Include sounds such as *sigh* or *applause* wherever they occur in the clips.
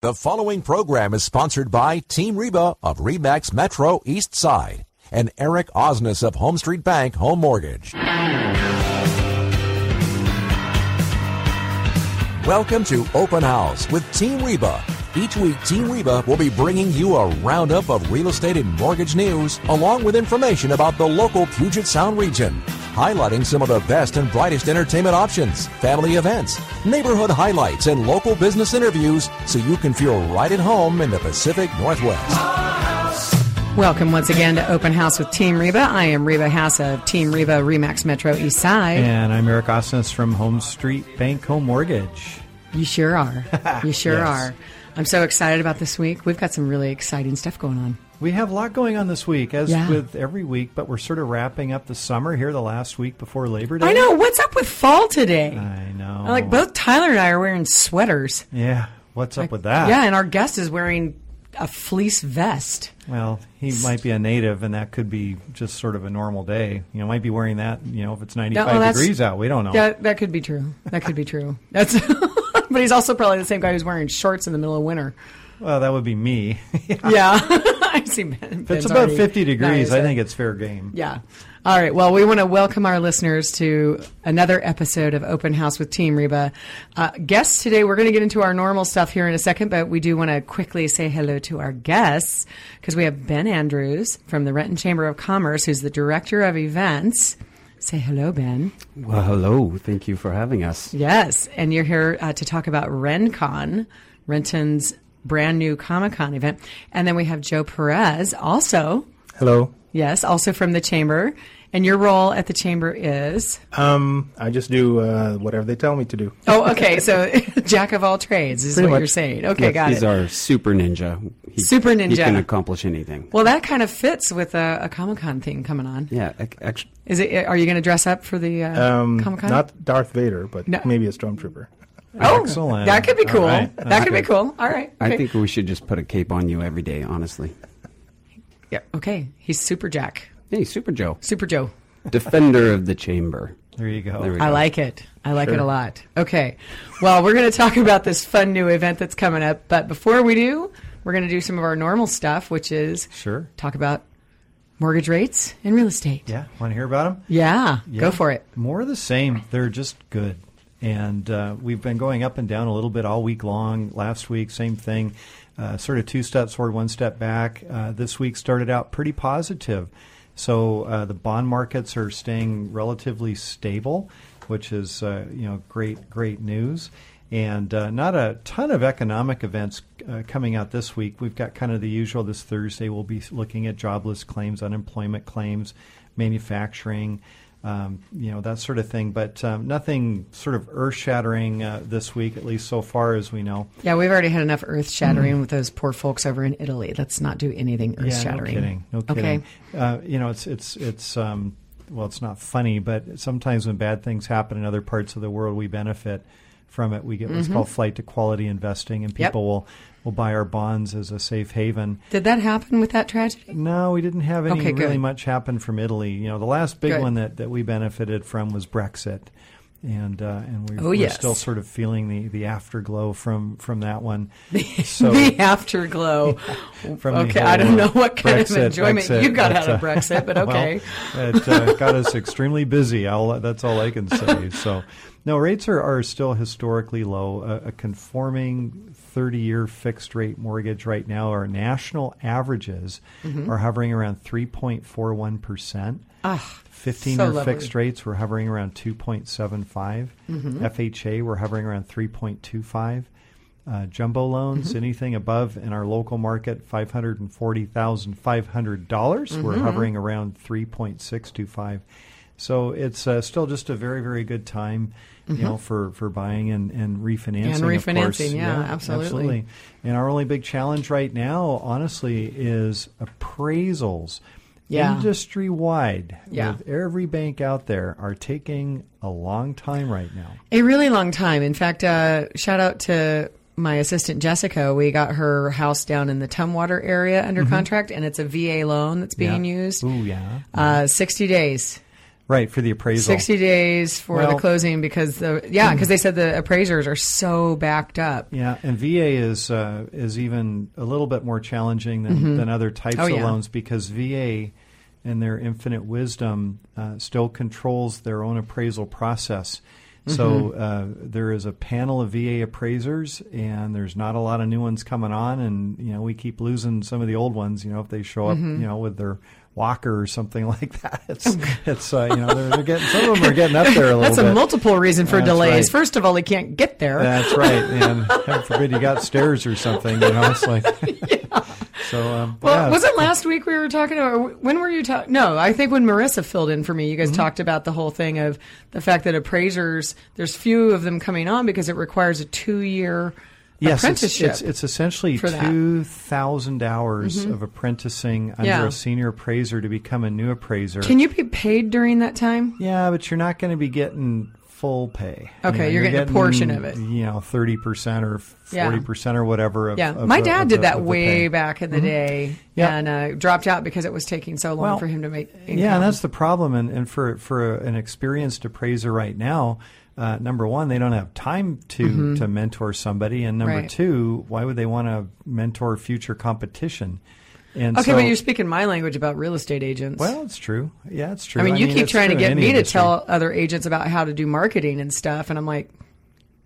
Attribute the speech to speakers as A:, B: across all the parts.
A: The following program is sponsored by Team Reba of Remax Metro East Side and Eric Osnes of Home Street Bank Home Mortgage. Welcome to Open House with Team Reba. Each week, Team Reba will be bringing you a roundup of real estate and mortgage news, along with information about the local Puget Sound region, highlighting some of the best and brightest entertainment options, family events, neighborhood highlights, and local business interviews so you can feel right at home in the Pacific Northwest.
B: Welcome once again to Open House with Team Reba. I am Reba Hass of Team Reba Remax Metro East Side.
C: And I'm Eric Osnes from Home Street Bank Home Mortgage.
B: You sure
C: *laughs*
B: are. You sure
C: Yes.
B: are. I'm so excited about this week. We've got some really exciting stuff going on.
C: We have a lot going on this week, as
B: Yeah.
C: with every week, but we're sort of wrapping up the summer here, the last week before Labor Day.
B: I know. What's up with fall today?
C: I know.
B: Like both Tyler and I are wearing sweaters.
C: Yeah. What's up with that?
B: Yeah, and our guest is wearing a fleece vest.
C: Well, he might be a native, and that could be just sort of a normal day. You know, might be wearing that. You know, if it's 95
B: Oh, that's-
C: degrees out, we don't know.
B: That that could be true. That could be true. That's. *laughs* but he's also probably the same guy who's wearing shorts in the middle of
C: *laughs*
B: winter.
C: Well, that would be me. *laughs* if
B: Yeah, *laughs* I see. Ben,
C: it's
B: Ben's
C: about
B: already-
C: 50 degrees,
B: No,
C: I
B: he's-
C: think it's fair game.
B: Yeah. All right. Well, we want to welcome our listeners to another episode of Open House with Team Reba. Uh, guests today, we're going to get into our normal stuff here in a second, but we do want to quickly say hello to our guests because we have Ben Andrews from the Renton Chamber of Commerce, who's the director of events. Say hello, Ben.
D: Well, hello. Thank you for having us.
B: Yes, and you're here uh, to talk about RenCon, Renton's brand new Comic Con event, and then we have Joe Perez, also
E: Hello.
B: yes, also from the chamber, and your role at the chamber is
E: Um, I just do uh, whatever they tell me to do.
B: oh, okay, so *laughs* jack of all trades is
E: Pretty
B: what
E: much.
B: you're saying. Okay,
D: Yep,
B: got
D: he's
B: it.
D: our super ninja. He,
B: Super
D: He
B: ninja.
D: can accomplish anything.
B: well, that kind of fits with a, a Comic Con thing coming on.
D: Yeah, actually,
B: Is it? Are you going to dress up for the uh,
E: Um,
B: Comic Con?
E: not Darth Vader, but
B: No.
E: maybe a stormtrooper.
B: oh,
C: Excellent.
B: That could be
C: All
B: cool. *laughs*
C: right.
B: That could be cool. All right.
D: I
B: okay.
D: think we should just put a cape on you every day, honestly.
B: Yeah. Okay. He's Super Jack.
D: Hey, Super Joe,
B: Super Joe.
D: defender of the chamber.
C: There you go.
D: There we
B: I
D: go.
B: like it. I like it a lot. Okay. Well, we're going to talk about this fun new event that's coming up. But before we do, we're going to do some of our normal stuff, which is
C: Sure.
B: talk about mortgage rates and real estate.
C: Yeah. Want to hear about him?
B: Yeah. Go
C: Yeah.
B: for it.
C: More of the same. They're just good. And uh, we've been going up and down a little bit all week long. Last week, same thing, uh, sort of two steps forward, one step back. Uh, this week started out pretty positive. So uh, the bond markets are staying relatively stable, which is uh, you know great great news. And uh, not a ton of economic events uh, coming out this week. We've got kind of the usual. This Thursday, we'll be looking at jobless claims, unemployment claims, manufacturing, um, you know, that sort of thing. But um, nothing sort of earth shattering uh, this week, at least so far as we know.
B: Yeah, we've already had enough earth shattering with those poor folks over in Italy. Let's not do anything earth shattering.
C: Yeah, no kidding. No
B: Okay.
C: kidding. Uh, you know, it's it's it's um, well, it's not funny, but sometimes when bad things happen in other parts of the world, we benefit from it. We get what's called flight to quality investing, and people
B: Mm-hmm. Yep.
C: will will buy our bonds as a safe haven.
B: Did that happen with that tragedy?
C: No, we didn't have any
B: Okay, good.
C: really much happen from Italy. You know, the last big
B: Good.
C: one that, that we benefited from was Brexit, and uh, and we,
B: Oh,
C: we're
B: yes.
C: still sort of feeling the, the afterglow from from that
B: *laughs*
C: one. *laughs* So
B: the afterglow.
C: *laughs* from the
B: okay, I don't
C: whole,
B: know
C: uh,
B: what kind of
C: Brexit-
B: enjoyment
C: Brexit,
B: you got
C: but,
B: out of
C: uh,
B: Brexit, but
C: *laughs* well,
B: okay.
C: it uh, got us extremely busy. I'll, that's all I can say. So, no, rates are, are still historically low. A, a conforming 30 year fixed rate mortgage right now, our national averages
B: Mm-hmm.
C: are hovering around 3.41%. 15
B: so
C: year
B: lovely.
C: fixed rates were hovering around 2.75.
B: Mm-hmm.
C: FHA were hovering around 3.25 uh, jumbo loans,
B: Mm-hmm.
C: anything above in our local market, five hundred and forty thousand five hundred dollars.
B: Mm-hmm.
C: We're hovering around three point six two five. So it's uh, still just a very very good time, you know, for, for buying and, and refinancing.
B: And
C: of course.
B: Mm-hmm. refinancing, yeah, absolutely.
C: And our only big challenge right now, honestly, is appraisals.
B: Yeah.
C: Industry wide,
B: Yeah.
C: with every bank out there, are taking a long time right now.
B: A really long time. In fact, uh, shout out to my assistant Jessica. We got her house down in the Tumwater area under contract, and it's a VA loan that's being
C: Mm-hmm. Yeah.
B: used.
C: Ooh, yeah.
B: Uh, 60 days.
C: Right for the appraisal.
B: 60 days for the
C: Well- mm.
B: closing because the yeah because they said the appraisers are so backed up.
C: Yeah, and VA is uh, is even a little bit more challenging than, than other types
B: Oh,
C: of
B: yeah.
C: loans because VA, in their infinite wisdom, uh, still controls their own appraisal process. So
B: Mm-hmm.
C: uh, there is a panel of VA appraisers, and there's not a lot of new ones coming on, and you know we keep losing some of the old ones. You know if they show up,
B: Mm-hmm.
C: you know with their walker or something *laughs* like that. It's,
B: *laughs*
C: it's uh, you know they're, they're getting some of them are getting up there a little.
B: That's a
C: bit.
B: multiple reason for
C: That's
B: delays.
C: right.
B: First of all, they can't get there.
C: That's right, and heaven forbid you got stairs or something. You know,
B: *laughs*
C: it's like *laughs* so. Um,
B: Well,
C: yeah.
B: was it last week we were talking about? When were you talking? No, I think when Marissa filled in for me, you
C: Mm-hmm.
B: guys talked about the whole thing of the fact that appraisers, there's few of them coming on because it requires a two year
C: Yes, it's-
B: apprenticeship.
C: It's, it's essentially
B: for that. Mm-hmm.
C: two thousand hours of apprenticing under
B: Yeah.
C: a senior appraiser to become a new appraiser.
B: Can you be paid during that time?
C: yeah, but you're not going to be getting full pay. You
B: Okay, you're getting a portion of it.
C: You know, thirty percent or
B: Yeah.
C: forty percent or whatever. Of,
B: Yeah,
C: of
B: my
C: the-
B: dad
C: of
B: did
C: the-
B: that
C: of the
B: way
C: pay. Mm-hmm.
B: back in the day,
C: Yeah.
B: and uh, dropped out because it was taking so long
C: Well,
B: for him to make. Income.
C: Yeah, and that's the problem. And, and for for an experienced appraiser right now, uh, number one, they don't have time to to mentor somebody, and number
B: Mm-hmm. Right.
C: two, why would they want to mentor future competition? And
B: okay.
C: so,
B: but you're speaking my language about real estate agents.
C: well, it's true. Yeah, it's true.
B: I mean, you keep
C: it's
B: trying to
C: true in
B: get
C: any
B: me to
C: industry.
B: tell other agents about how to do marketing and stuff, and I'm like,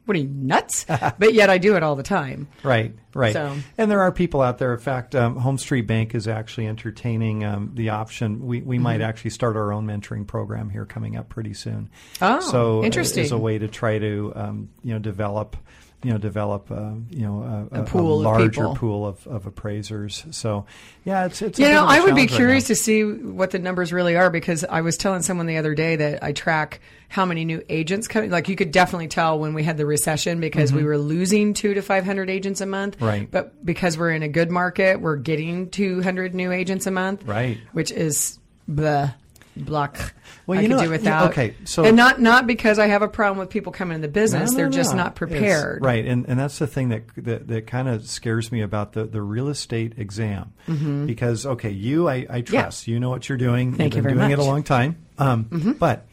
B: what are you nuts? but yet I do it all the
C: *laughs*
B: time.
C: Right, right.
B: So-
C: And there are people out there. In fact, um, Home Street Bank is actually entertaining um, the option. We, we
B: Mm-hmm.
C: might actually start our own mentoring program here coming up pretty soon.
B: Oh,
C: so uh,
B: interesting.
C: Is a way to try to um, you know develop you know develop uh, you know a,
B: A pool of
C: larger
B: people.
C: pool of, of appraisers. So yeah, it's it's a
B: You
C: bit
B: know,
C: of a
B: I would be
C: challenge right
B: curious
C: now.
B: to see what the numbers really are because I was telling someone the other day that I track how many new agents coming. Like you could definitely tell when we had the recession because we were losing two to five hundred agents a month.
C: Mm-hmm. Right.
B: But because we're in a good market, we're getting two hundred new agents a month.
C: Right.
B: Which is the block.
C: Well,
B: I
C: you
B: could
C: know,
B: do
C: you-
B: without.
C: okay, so-
B: and not not because I have a problem with people coming in the business.
C: No, no,
B: They're just
C: no.
B: not
C: It's-
B: prepared.
C: right, and and that's the thing that that, that kind of scares me about the, the real estate exam because okay, you I, I trust you know what you're doing.
B: Mm-hmm. Thank you
C: You've been
B: very
C: doing it
B: much. Mm-hmm.
C: a long time, um, but.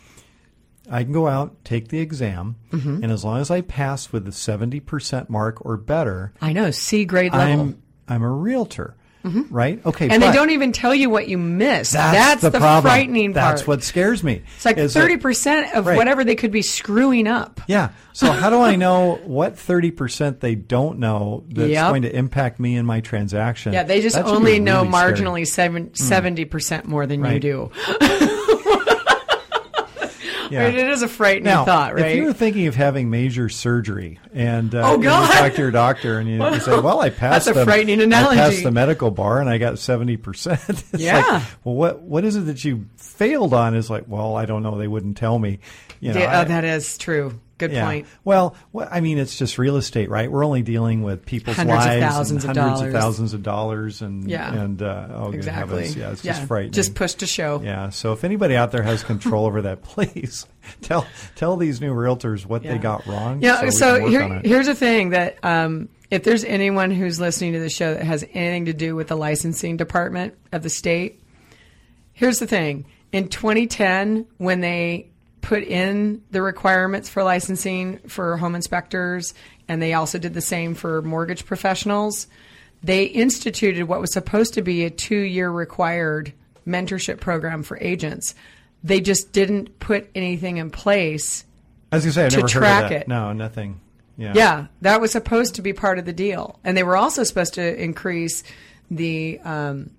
C: I can go out, take the exam,
B: Mm-hmm.
C: and as long as I pass with the 70% mark or better,
B: I know C grade level. Mm-hmm.
C: I'm I'm a realtor, right? Okay,
B: and
C: but
B: they don't even tell you what you missed.
C: That's, the, problem.
B: frightening part.
C: That's what scares me.
B: It's like
C: is that-
B: thirty percent of
C: Right.
B: whatever they could be screwing up.
C: Yeah. So how do I know what thirty percent they don't know that's
B: Yep.
C: going to impact me in my transaction?
B: Yeah, they just
C: That should be
B: only
C: really
B: know
C: scary. Hmm.
B: marginally seven, 70 percent more than you
C: Right.
B: do.
C: Yeah.
B: Right, it is a frightening
C: Now,
B: thought, right?
C: if you were thinking of having major surgery and uh,
B: Oh,
C: and you
B: God.
C: talk to your doctor and you, you say, "Well, I passed
B: a
C: the,
B: frightening
C: I
B: analogy.
C: passed the medical bar and I got seventy percent." *laughs* It's
B: Yeah.
C: like, well, what what is it that you failed on? Is like, well, I don't know. They wouldn't tell me. You know,
B: Yeah,
C: I-
B: oh, that is true. Good point.
C: Well, wha- I mean, it's just real estate, right? We're only dealing with people's
B: Hundreds of
C: lives,
B: thousands of
C: and hundreds
B: dollars.
C: of thousands of dollars, and
B: Yeah.
C: and uh, oh, good
B: Exactly.
C: heavens, yeah, it's just frightening.
B: Just push to show.
C: yeah. So if anybody out there has control over that, *laughs* please tell tell these new realtors what
B: Yeah.
C: they got wrong.
B: Yeah.
C: we
B: So,
C: can work
B: here,
C: on it.
B: here's the thing that um, if there's anyone who's listening to the show that has anything to do with the licensing department of the state, here's the thing. In 2010, when they put in the requirements for licensing for home inspectors, and they also did the same for mortgage professionals, they instituted what was supposed to be a two year required mentorship program for agents. They just didn't put anything in place
C: I was gonna say I've
B: to
C: never heard
B: track
C: of that.
B: it.
C: No, nothing. Yeah.
B: yeah, that was supposed to be part of the deal, and they were also supposed to increase the um,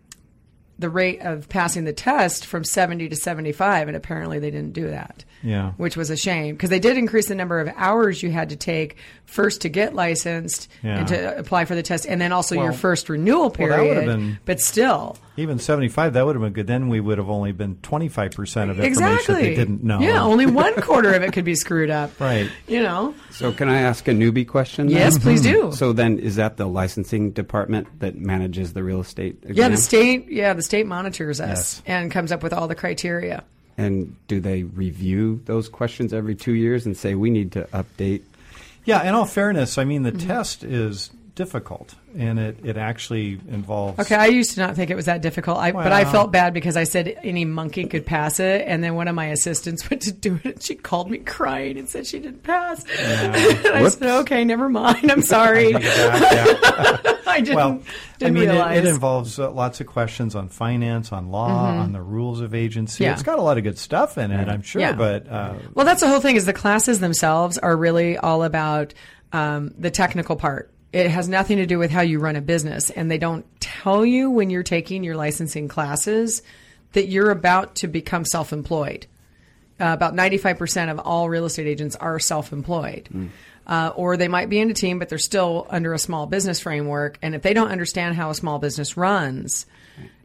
B: the rate of passing the test from seventy to seventy five, and apparently they didn't do that.
C: Yeah.
B: which was a shame because they did increase the number of hours you had to take first to get licensed and
C: Yeah.
B: to apply for the test, and then also your
C: Well-
B: first renewal
C: Well, that
B: period.
C: would've been-
B: but still,
C: Even seventy five, that would have been good. Then we would have only been twenty five percent of information
B: exactly,
C: that they didn't know.
B: Yeah,
C: *laughs*
B: only one quarter of it could be screwed up.
C: Right.
B: You know.
D: So can I ask a newbie question? then?
B: Yes, please
C: hmm.
B: do.
D: So then, is that the licensing department that manages the real estate? Exam?
B: Yeah, the state. Yeah, the state monitors us
C: Yes.
B: and comes up with all the criteria.
D: And do they review those questions every two years and say we need to update?
B: Mm-hmm.
C: Yeah, in all fairness, I mean the test is difficult, and it, it actually involves.
B: Okay, I used to not think it was that difficult, I, but I
C: Well-
B: felt bad because I said any monkey could pass it, and then one of my assistants *laughs* went to do it, and she called me crying and said she didn't pass. *laughs* and I said, "Okay, never mind. I'm
C: *laughs*
B: sorry.
C: Yeah, yeah.
B: I didn't,
C: well, I
B: *laughs* didn't
C: mean,
B: realize." Mm-hmm.
C: it, it involves uh, lots of questions on finance, on law, on the rules of agency.
B: Yeah.
C: It's got a lot of good stuff in it, I'm sure,
B: Yeah.
C: but uh,
B: Well, that's the whole thing. Is the classes themselves are really all about um, the technical part. It has nothing to do with how you run a business, and they don't tell you when you're taking your licensing classes that you're about to become self-employed. Uh, about 95% of all real estate agents are self-employed. Uh, or they might be in a team, but they're still under a small business framework. And if they don't understand how a small business runs,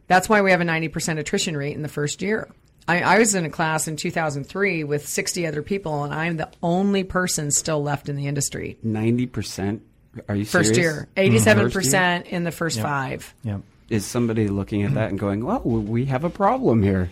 B: that's why we have a 90% attrition rate in the first year. I, I was in a class in 2003 with 60 other people, and I'm the only person still left in the industry.
D: Ninety percent. Are you
B: First
D: serious?
B: year,
D: First year?
B: 87% in the first five.
C: Mm-hmm. yeah.
D: Is somebody looking at that and going, "Well, we have a problem here."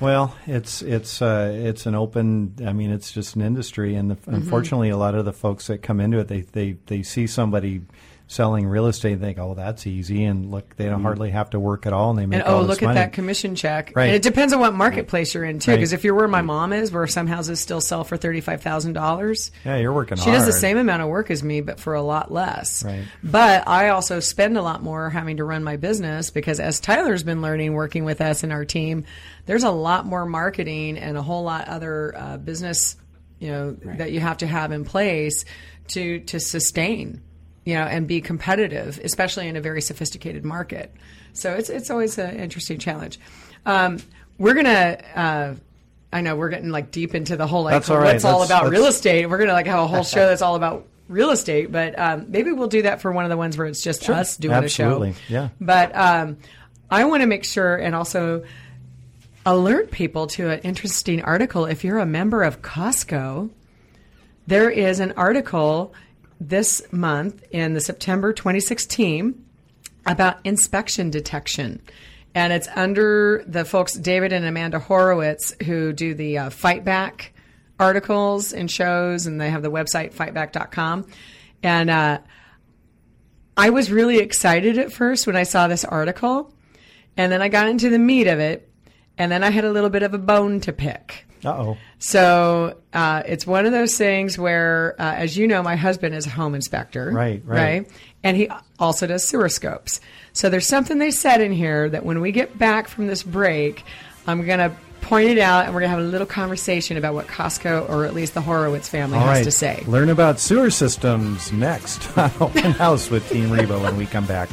C: Well, it's it's uh, it's an open. I mean, it's just an industry, and the,
B: Mm-hmm.
C: unfortunately, a lot of the folks that come into it, they they they see somebody selling real estate and think, "Oh, that's easy," and look, they don't hardly have to work at all, and they make
B: Mm-hmm. And oh,
C: all this
B: look at
C: money.
B: that commission check.
C: Right.
B: And it depends on what marketplace you're in, too.
C: Right.
B: Because if you're where my mom is, where some houses still sell for $35,000,
C: yeah, you're working.
B: She
C: hard.
B: does the same amount of work as me, but for a lot less.
C: Right.
B: But I also spend a lot more having to run my business because as Tyler's been learning working with us and our team, there's a lot more marketing and a whole lot other uh, business, you know, that you have to have in place to to sustain, you know, and be competitive, especially in a very sophisticated market. So it's it's always an interesting challenge. Um, we're gonna. Uh, I know we're getting like deep into the whole like
C: That's all right.
B: what's all
C: That's-
B: about
C: that's-
B: real estate estate. We're gonna like have a whole show that's all about real estate, but um, maybe we'll do that for one of the ones where it's just us doing a
C: Absolutely.
B: show.
C: Yeah.
B: But um, I want to make sure and also alert people to an interesting article. If you're a member of Costco, there is an article this month in the September 2016 about inspection detection. And it's under the folks David and Amanda Horowitz who do the uh, Fight Back articles and shows, and they have the website fightback.com. And uh, I was really excited at first when I saw this article, and then I got into the meat of it, and then I had a little bit of a bone to pick.
C: Uh oh.
B: So uh, it's one of those things where, uh, as you know, my husband is a home inspector.
C: Right, right.
B: And he also does sewer scopes. So there's something they said in here that when we get back from this break, I'm going to point it out and we're going to have a little conversation about what Costco or at least the Horowitz family
C: All
B: has
C: right.
B: to say.
C: Learn about sewer systems next *laughs* on Open House with Team Reba when we come back.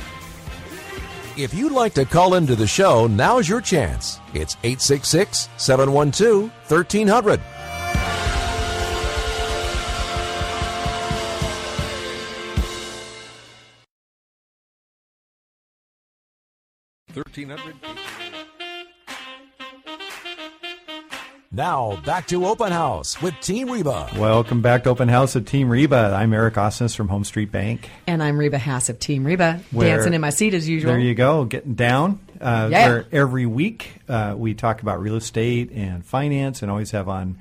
A: If you'd like to call into the show, now's your chance. It's 866 712 1300. Now, back to Open House with Team Reba.
C: Welcome back to Open House at Team Reba. I'm Eric Osnes from Home Street Bank.
B: And I'm Reba Hass of Team Reba,
C: Where-
B: dancing in my seat as usual.
C: There you go, getting down. Uh,
B: Yeah.
C: where every week uh, we talk about real estate and finance and always have on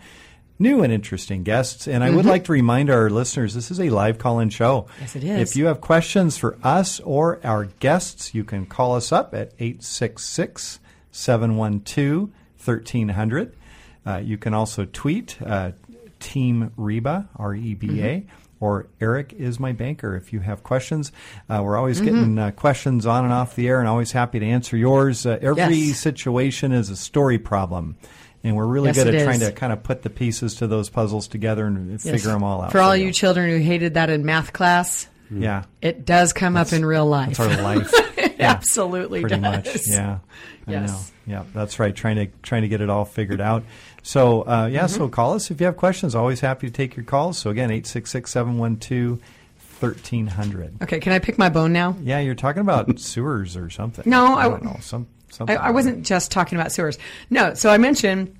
C: new and interesting guests. And I would like to remind our listeners this is a live call in show.
B: Mm-hmm. Yes, it is.
C: If you have questions for us or our guests, you can call us up at 866 712 1300. Uh, You can also tweet uh, Team Reba, R E B A,
B: Mm-hmm.
C: or Eric is my banker if you have questions. Uh, we're always
B: Mm-hmm.
C: getting uh, questions on and off the air and always happy to answer yours. Uh, every
B: Yes.
C: situation is a story problem. And we're really
B: Yes,
C: good
B: it
C: at
B: is.
C: trying to kind of put the pieces to those puzzles together and
B: Yes.
C: figure them all out.
B: For all you
C: you.
B: children who hated that in math class,
C: yeah.
B: it does come up in real life. *laughs*
C: It's our life.
B: It absolutely
C: pretty
B: does.
C: much.
B: *laughs*
C: Yeah. I
B: Yes.
C: know. Yeah, that's right. Trying to trying to get it all figured out. So uh, yeah,
B: Mm-hmm.
C: so call us if you have questions. Always happy to take your calls. So again, 866-712-1300.
B: Okay, can I pick my bone now?
C: Yeah, you're
B: *laughs*
C: talking about sewers or something.
B: No,
C: I
B: I-
C: don't know. Some
B: I,
C: something.
B: I wasn't just talking about sewers. No, so I mentioned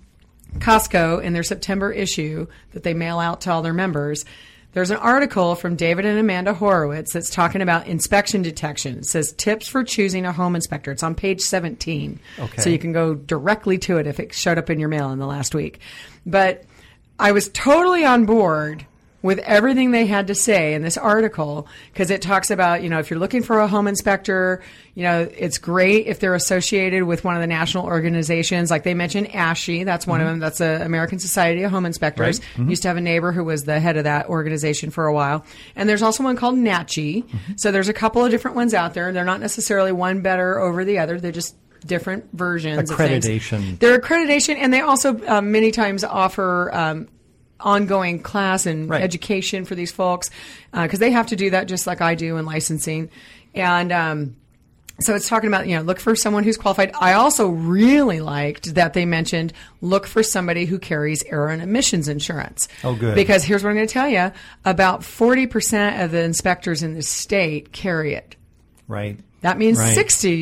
B: Costco in their September issue that they mail out to all their members. There's an article from David and Amanda Horowitz that's talking about inspection detection. It says tips for choosing a home inspector. It's on page 17.
C: Okay.
B: So you can go directly to it if it showed up in your mail in the last week. But I was totally on board with everything they had to say in this article because it talks about, you know, if you're looking for a home inspector, you know, it's great if they're associated with one of the national organizations. Like they mentioned ASHI, that's one of them. That's the American Society of Home Inspectors. Used to have a neighbor who was the head of that organization for a while. And there's also one called NACHI. So there's a couple of different ones out there. They're not necessarily one better over the other. They're just different versions of things.
C: Accreditation.
B: Their accreditation, and they also um, many times offer um, ongoing class and
C: Right.
B: education for these folks because they have to do that just like I do in licensing. And um, so it's talking about, you know, look for someone who's qualified. I also really liked that they mentioned look for somebody who carries error and emissions insurance.
C: Oh, good.
B: Because here's what I'm going to tell you about 40% of the inspectors in the state carry it.
C: Right.
B: That means
C: Right.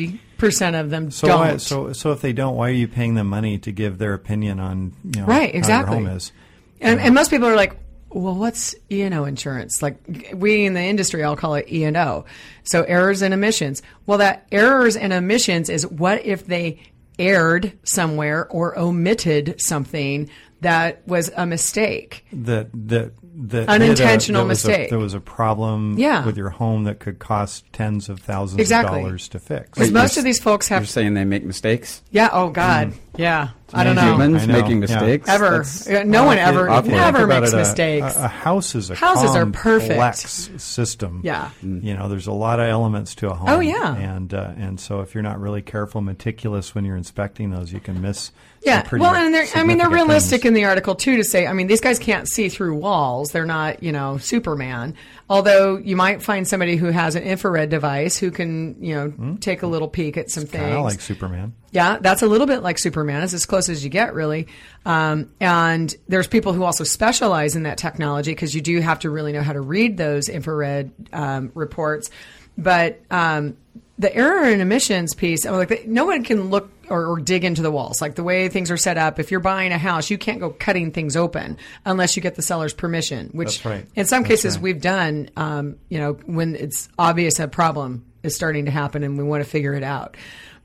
B: 60% of them
C: So
B: don't.
C: why, so so if they don't, why are you paying them money to give their opinion on you know
B: Right,
C: how
B: exactly.
C: your home is?
B: And, and most people are like, well, what's E and O insurance? Like we in the industry, I'll call it E and O. So errors and omissions. Well, that errors and omissions is what if they erred somewhere or omitted something that was a mistake.
C: that that that
B: Unintentional
C: that was a-
B: mistake.
C: there was a problem
B: Yeah.
C: with your home that could cost tens of thousands
B: Exactly.
C: of dollars to fix.
B: Because
D: Wait,
B: most
D: you're-
B: of these folks
D: You're
B: have,
D: saying they make mistakes?
B: yeah. Oh God, yeah. I don't know.
D: Humans
C: I know,
D: making
C: yeah.
D: mistakes?
B: Ever.
D: That's-
B: Yeah, No one ever,
C: If you
B: never
C: think about
B: makes
C: it, uh, a-
B: mistakes.
C: A, a house is a
B: Houses are perfect.
C: complex system.
B: Yeah.
C: you know, there's a lot of elements to a home.
B: Oh, yeah.
C: and uh, and so if you're not really careful, meticulous when you're inspecting those, you can miss. some
B: Yeah,
C: pretty
B: well, and they're, I mean, they're
C: significant
B: realistic
C: things.
B: in the article too to say, I mean, these guys can't see through walls. They're not, you know, Superman. Although you might find somebody who has an infrared device who can, you know, take a little peek at some
C: Hmm. Kinda
B: things.
C: like Superman.
B: Yeah, that's a little bit like Superman. It's as close as you get, really. Um, and there's people who also specialize in that technology because you do have to really know how to read those infrared um, reports. But um, the error and emissions piece, I'm like, they- no one can look or, or dig into the walls. Like the way things are set up, if you're buying a house, you can't go cutting things open unless you get the seller's permission. Which,
C: That's right.
B: in some
C: That's
B: cases,
C: right.
B: we've done. Um, you know, when it's obvious a problem is starting to happen and we want to figure it out,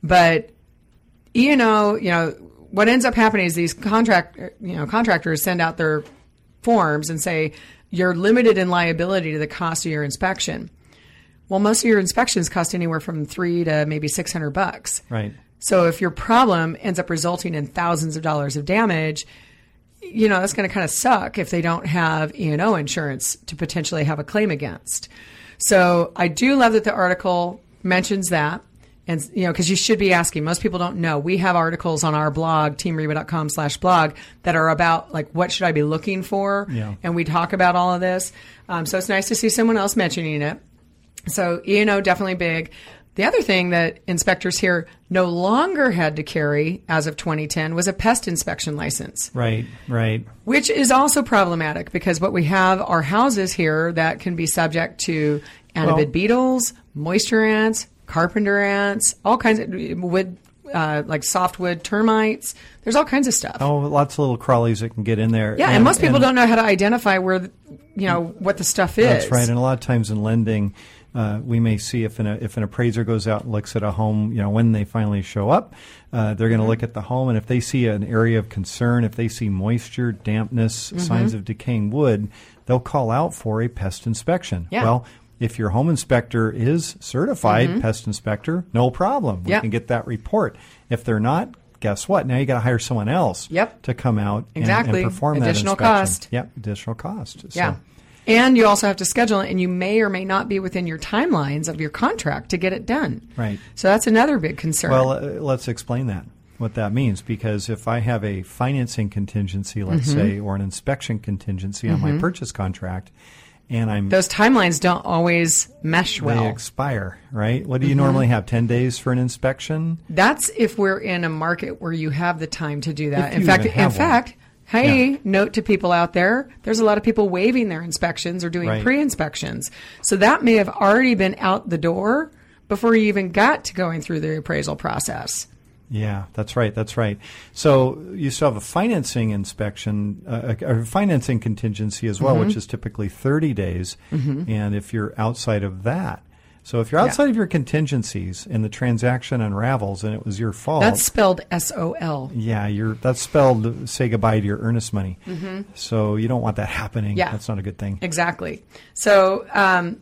B: but E and O, you know, what ends up happening is these contract, you know, contractors send out their forms and say you're limited in liability to the cost of your inspection. Well, most of your inspections cost anywhere from three to maybe six hundred bucks.
C: Right.
B: So if your problem ends up resulting in thousands of dollars of damage, you know, that's going to kind of suck if they don't have E&O insurance to potentially have a claim against. So I do love that the article mentions that. And, you know, because you should be asking. Most people don't know. We have articles on our blog, teamreba.com slash blog, that are about, like, what should I be looking for?
C: Yeah.
B: And we talk about all of this. Um, so it's nice to see someone else mentioning it. So E&O definitely big. The other thing that inspectors here no longer had to carry as of 2010 was a pest inspection license,
C: Right. Right.
B: which is also problematic because what we have are houses here that can be subject to anabid
C: Well-
B: beetles, moisture ants, carpenter ants, all kinds of wood, uh, like softwood termites. There's all kinds of stuff.
C: Oh, lots of little crawlies that can get in there.
B: yeah, and, most people don't know how to identify where, th- you know, what the stuff is.
C: That's right. And a lot of times in lending, uh, we may see if an if an appraiser goes out and looks at a home, you know, when they finally show up, uh, they're
B: Mm-hmm.
C: going to look at the home, and if they see an area of concern, if they see moisture, dampness,
B: Mm-hmm.
C: signs of decaying wood, they'll call out for a pest inspection.
B: Yeah. Mm-hmm.
C: Well. If your home inspector is certified pest inspector, no problem. We
B: Yeah.
C: can get that report. If they're not, guess what? Now you got to hire someone else
B: Yep.
C: to come out and-
B: Exactly.
C: and, perform
B: Additional
C: that inspection.
B: cost.
C: Yep, additional cost. So-
B: Yeah. And you also have to schedule it, and you may or may not be within your timelines of your contract to get it done.
C: Right.
B: So that's another big concern.
C: Well, uh, let's explain that, what that means, because if I have a financing contingency, let's
B: Mm-hmm.
C: say, or an inspection contingency on my purchase contract, and I'm
B: Those timelines don't always mesh
C: they
B: well. Mm-hmm.
C: expire, right? What do you normally have? Ten days for an inspection?
B: that's if we're in a market where you have the time to do that.
C: If
B: In
C: you
B: fact, in
C: even have one.
B: fact, hey,
C: Yeah.
B: note to people out there, there's a lot of people waiving their inspections or doing
C: Right.
B: pre-inspections. So that may have already been out the door before you even got to going through the appraisal process.
C: Yeah, that's right. That's right. So you still have a financing inspection, uh, a, a financing
B: Mm-hmm.
C: contingency as well, which is typically 30 days. And if you're outside of that, So if you're outside of your contingencies and the transaction unravels and it was your fault,
B: That's spelled S O L.
C: yeah, you're that's spelled say goodbye to your earnest money. So you don't want that happening.
B: Mm-hmm. Yeah.
C: That's not a good thing.
B: Exactly. So um,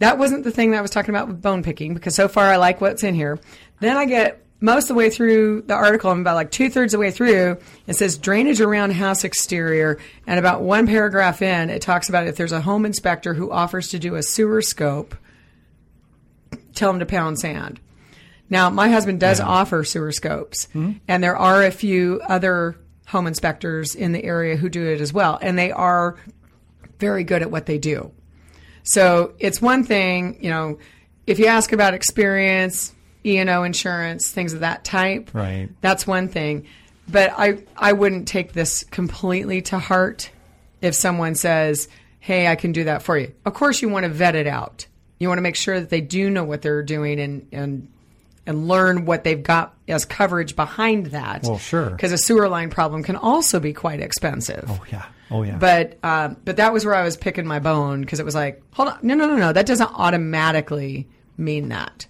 B: that wasn't the thing that I was talking about with bone picking because so far I like what's in here. Then I get most of the way through the article. I'm about like two thirds of the way through. It says drainage around house exterior, and about one paragraph in, it talks about if there's a home inspector who offers to do a sewer scope, tell him to pound sand. Now, my husband does offer sewer scopes, and there are a few other home inspectors in the area who do it as well, and they are very good at what they do. So it's one thing, you know, if you ask about experience, E and O insurance, things of that type,
C: Right.
B: That's one thing. But I I wouldn't take this completely to heart if someone says, "Hey, I can do that for you." Of course, you want to vet it out. You want to make sure that they do know what they're doing and and and learn what they've got as coverage behind that.
C: Well, sure.
B: Because a sewer line problem can also be quite expensive.
C: Oh yeah. Oh yeah.
B: But um, but that was where I was picking my bone because it was like, hold on, no, no, no, no, that doesn't automatically mean that.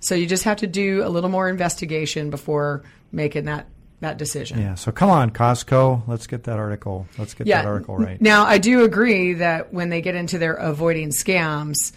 B: So you just have to do a little more investigation before making that that decision.
C: yeah. So come on, Costco. Let's get that article. Let's get that article right.
B: Now I do agree that when they get into their avoiding scams,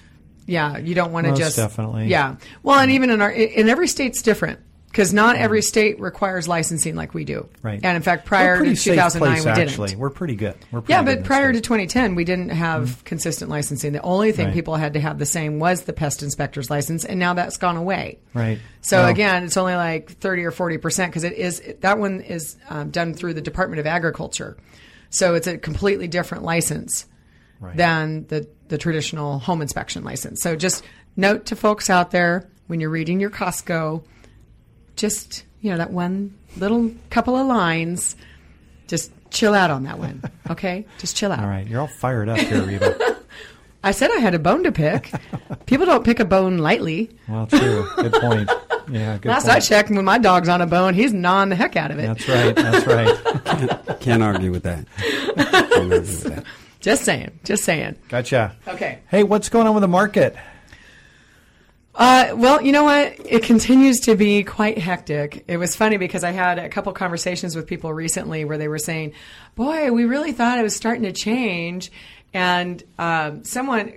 B: yeah, you don't want to
C: Most
B: just
C: definitely.
B: Yeah. Well, and even in our in every state's different because not every state requires licensing like we do.
C: Mm-hmm. Right.
B: And in fact,
C: We're a
B: prior to
C: pretty safe
B: 2009,
C: place,
B: we didn't.
C: Actually, we're pretty good. We're pretty
B: Yeah,
C: good in
B: but
C: this
B: prior to
C: space.
B: 2010, we didn't have consistent licensing. The only thing
C: Right.
B: people had to have the same was the pest inspector's license, and now that's gone away.
C: Right.
B: So
C: Well-
B: again, it's only like 30 or 40 percent because it is that one is um, done through the Department of Agriculture, so it's a completely different license
C: Right.
B: than the the traditional home inspection license. So just note to folks out there when you're reading your Costco, just you know that one little couple of lines, just chill out on that one. Okay, just chill out.
C: All right, you're all fired up here, Reba.
B: I said I had a bone to pick. People don't pick a bone lightly.
C: well, true. Good point. Yeah, good
B: Last
C: point.
B: I checked, when my dog's on a bone, he's gnawing the heck out of it.
C: That's right. That's right.
D: Can't argue with that. Can't argue with that.
B: Just saying. Just saying.
C: Gotcha.
B: Okay.
C: Hey, what's going on with the market?
B: Uh, well, you know what? It continues to be quite hectic. It was funny because I had a couple conversations with people recently where they were saying, "Boy, we really thought it was starting to change," and um, someone,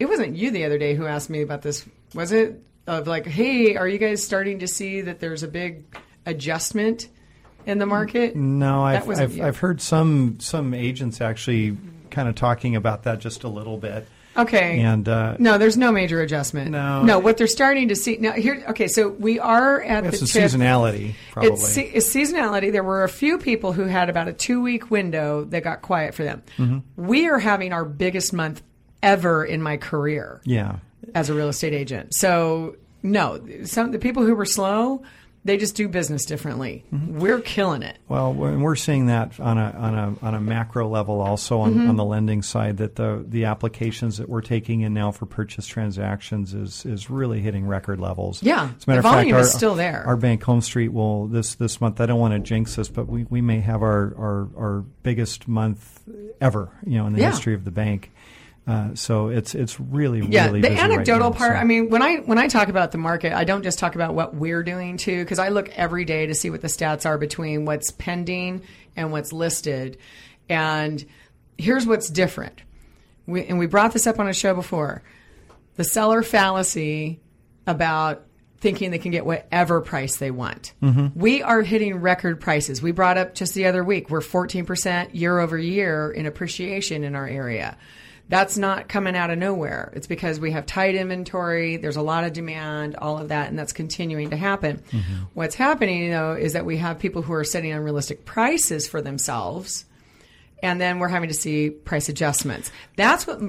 B: it wasn't you the other day who asked me about this, was it? Of like, hey, are you guys starting to see that there's a big adjustment in the market?
C: No, I've
B: wasn't
C: I've,
B: you.
C: I've heard some some agents actually kind of talking about that just a little bit.
B: Okay.
C: And uh,
B: No, there's no major adjustment.
C: No.
B: No, what they're starting to see now here. Okay, so we are at
C: it's
B: the
C: a
B: tip.
C: seasonality, probably.
B: It's, se- it's seasonality. There were a few people who had about a two week window that got quiet for them.
C: Mm-hmm.
B: We are having our biggest month ever in my career
C: yeah.
B: as a real estate agent. So no, some the people who were slow, they just do business differently.
C: Mm-hmm.
B: We're killing it.
C: Well, we're we're seeing that on a on a on a macro level, also on,
B: Mm-hmm.
C: on the lending side, that the the applications that we're taking in now for purchase transactions is is really hitting record levels.
B: Yeah,
C: as a matter
B: the
C: of fact,
B: volume
C: our,
B: is still there.
C: Our bank, Home Street, will this this month. I don't want to jinx this, but we, we may have our, our our biggest month ever, you know, in the
B: Yeah.
C: history of the bank. Uh, so it's it's really
B: yeah,
C: really
B: the
C: busy right
B: anecdotal
C: now,
B: part.
C: so-
B: I mean, when I when I talk about the market, I don't just talk about what we're doing too, because I look every day to see what the stats are between what's pending and what's listed. And here's what's different. We, and we brought this up on a show before. The seller fallacy about thinking they can get whatever price they want. We are hitting record prices. We brought up just the other week, we're 14% year over year in appreciation in our area. That's not coming out of nowhere. It's because we have tight inventory, there's a lot of demand, all of that, and that's continuing to happen. What's happening, though, is that we have people who are setting unrealistic prices for themselves and then we're having to see price adjustments. That's what.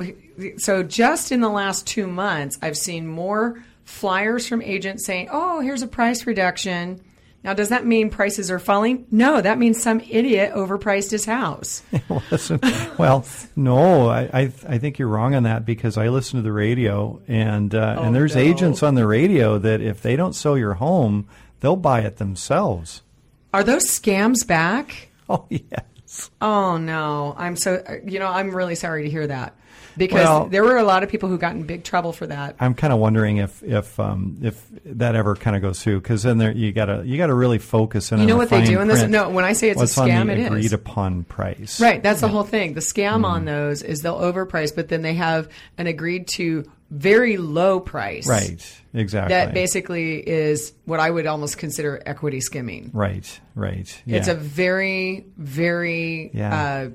B: So just in the last two months, I've seen more flyers from agents saying, "Oh, here's a price reduction." Now, does that mean prices are falling? No, that means some idiot overpriced his
C: *laughs*
B: house.
C: Listen, *laughs* well, no, I, I I think you're wrong on that because I listen to the radio and uh, and there's
B: Oh, no.
C: agents on the radio that if they don't sell your home, they'll buy it themselves. *laughs*
B: Are those scams back?
C: Oh yes,
B: Oh no, I'm so you know I'm really sorry to hear that. because
C: Well-
B: there were a lot of people who got in big trouble for that.
C: I'm kind of wondering if if um, if that ever kind of goes through because then there you gotta you gotta really focus in.
B: You
C: on
B: know
C: the
B: what they
C: fine
B: do in this?
C: print.
B: No, when I say it's a
C: what's on
B: scam,
C: the
B: it is.
C: agreed upon price.
B: Right, that's the whole thing. The scam on
C: Mm-hmm.
B: those is they'll overprice, but then they have an agreed to very low price.
C: Right. Exactly.
B: That basically is what I would almost consider equity skimming.
C: Right. Right.
B: It's
C: yeah.
B: a very, very
C: Yeah.
B: uh,
C: no.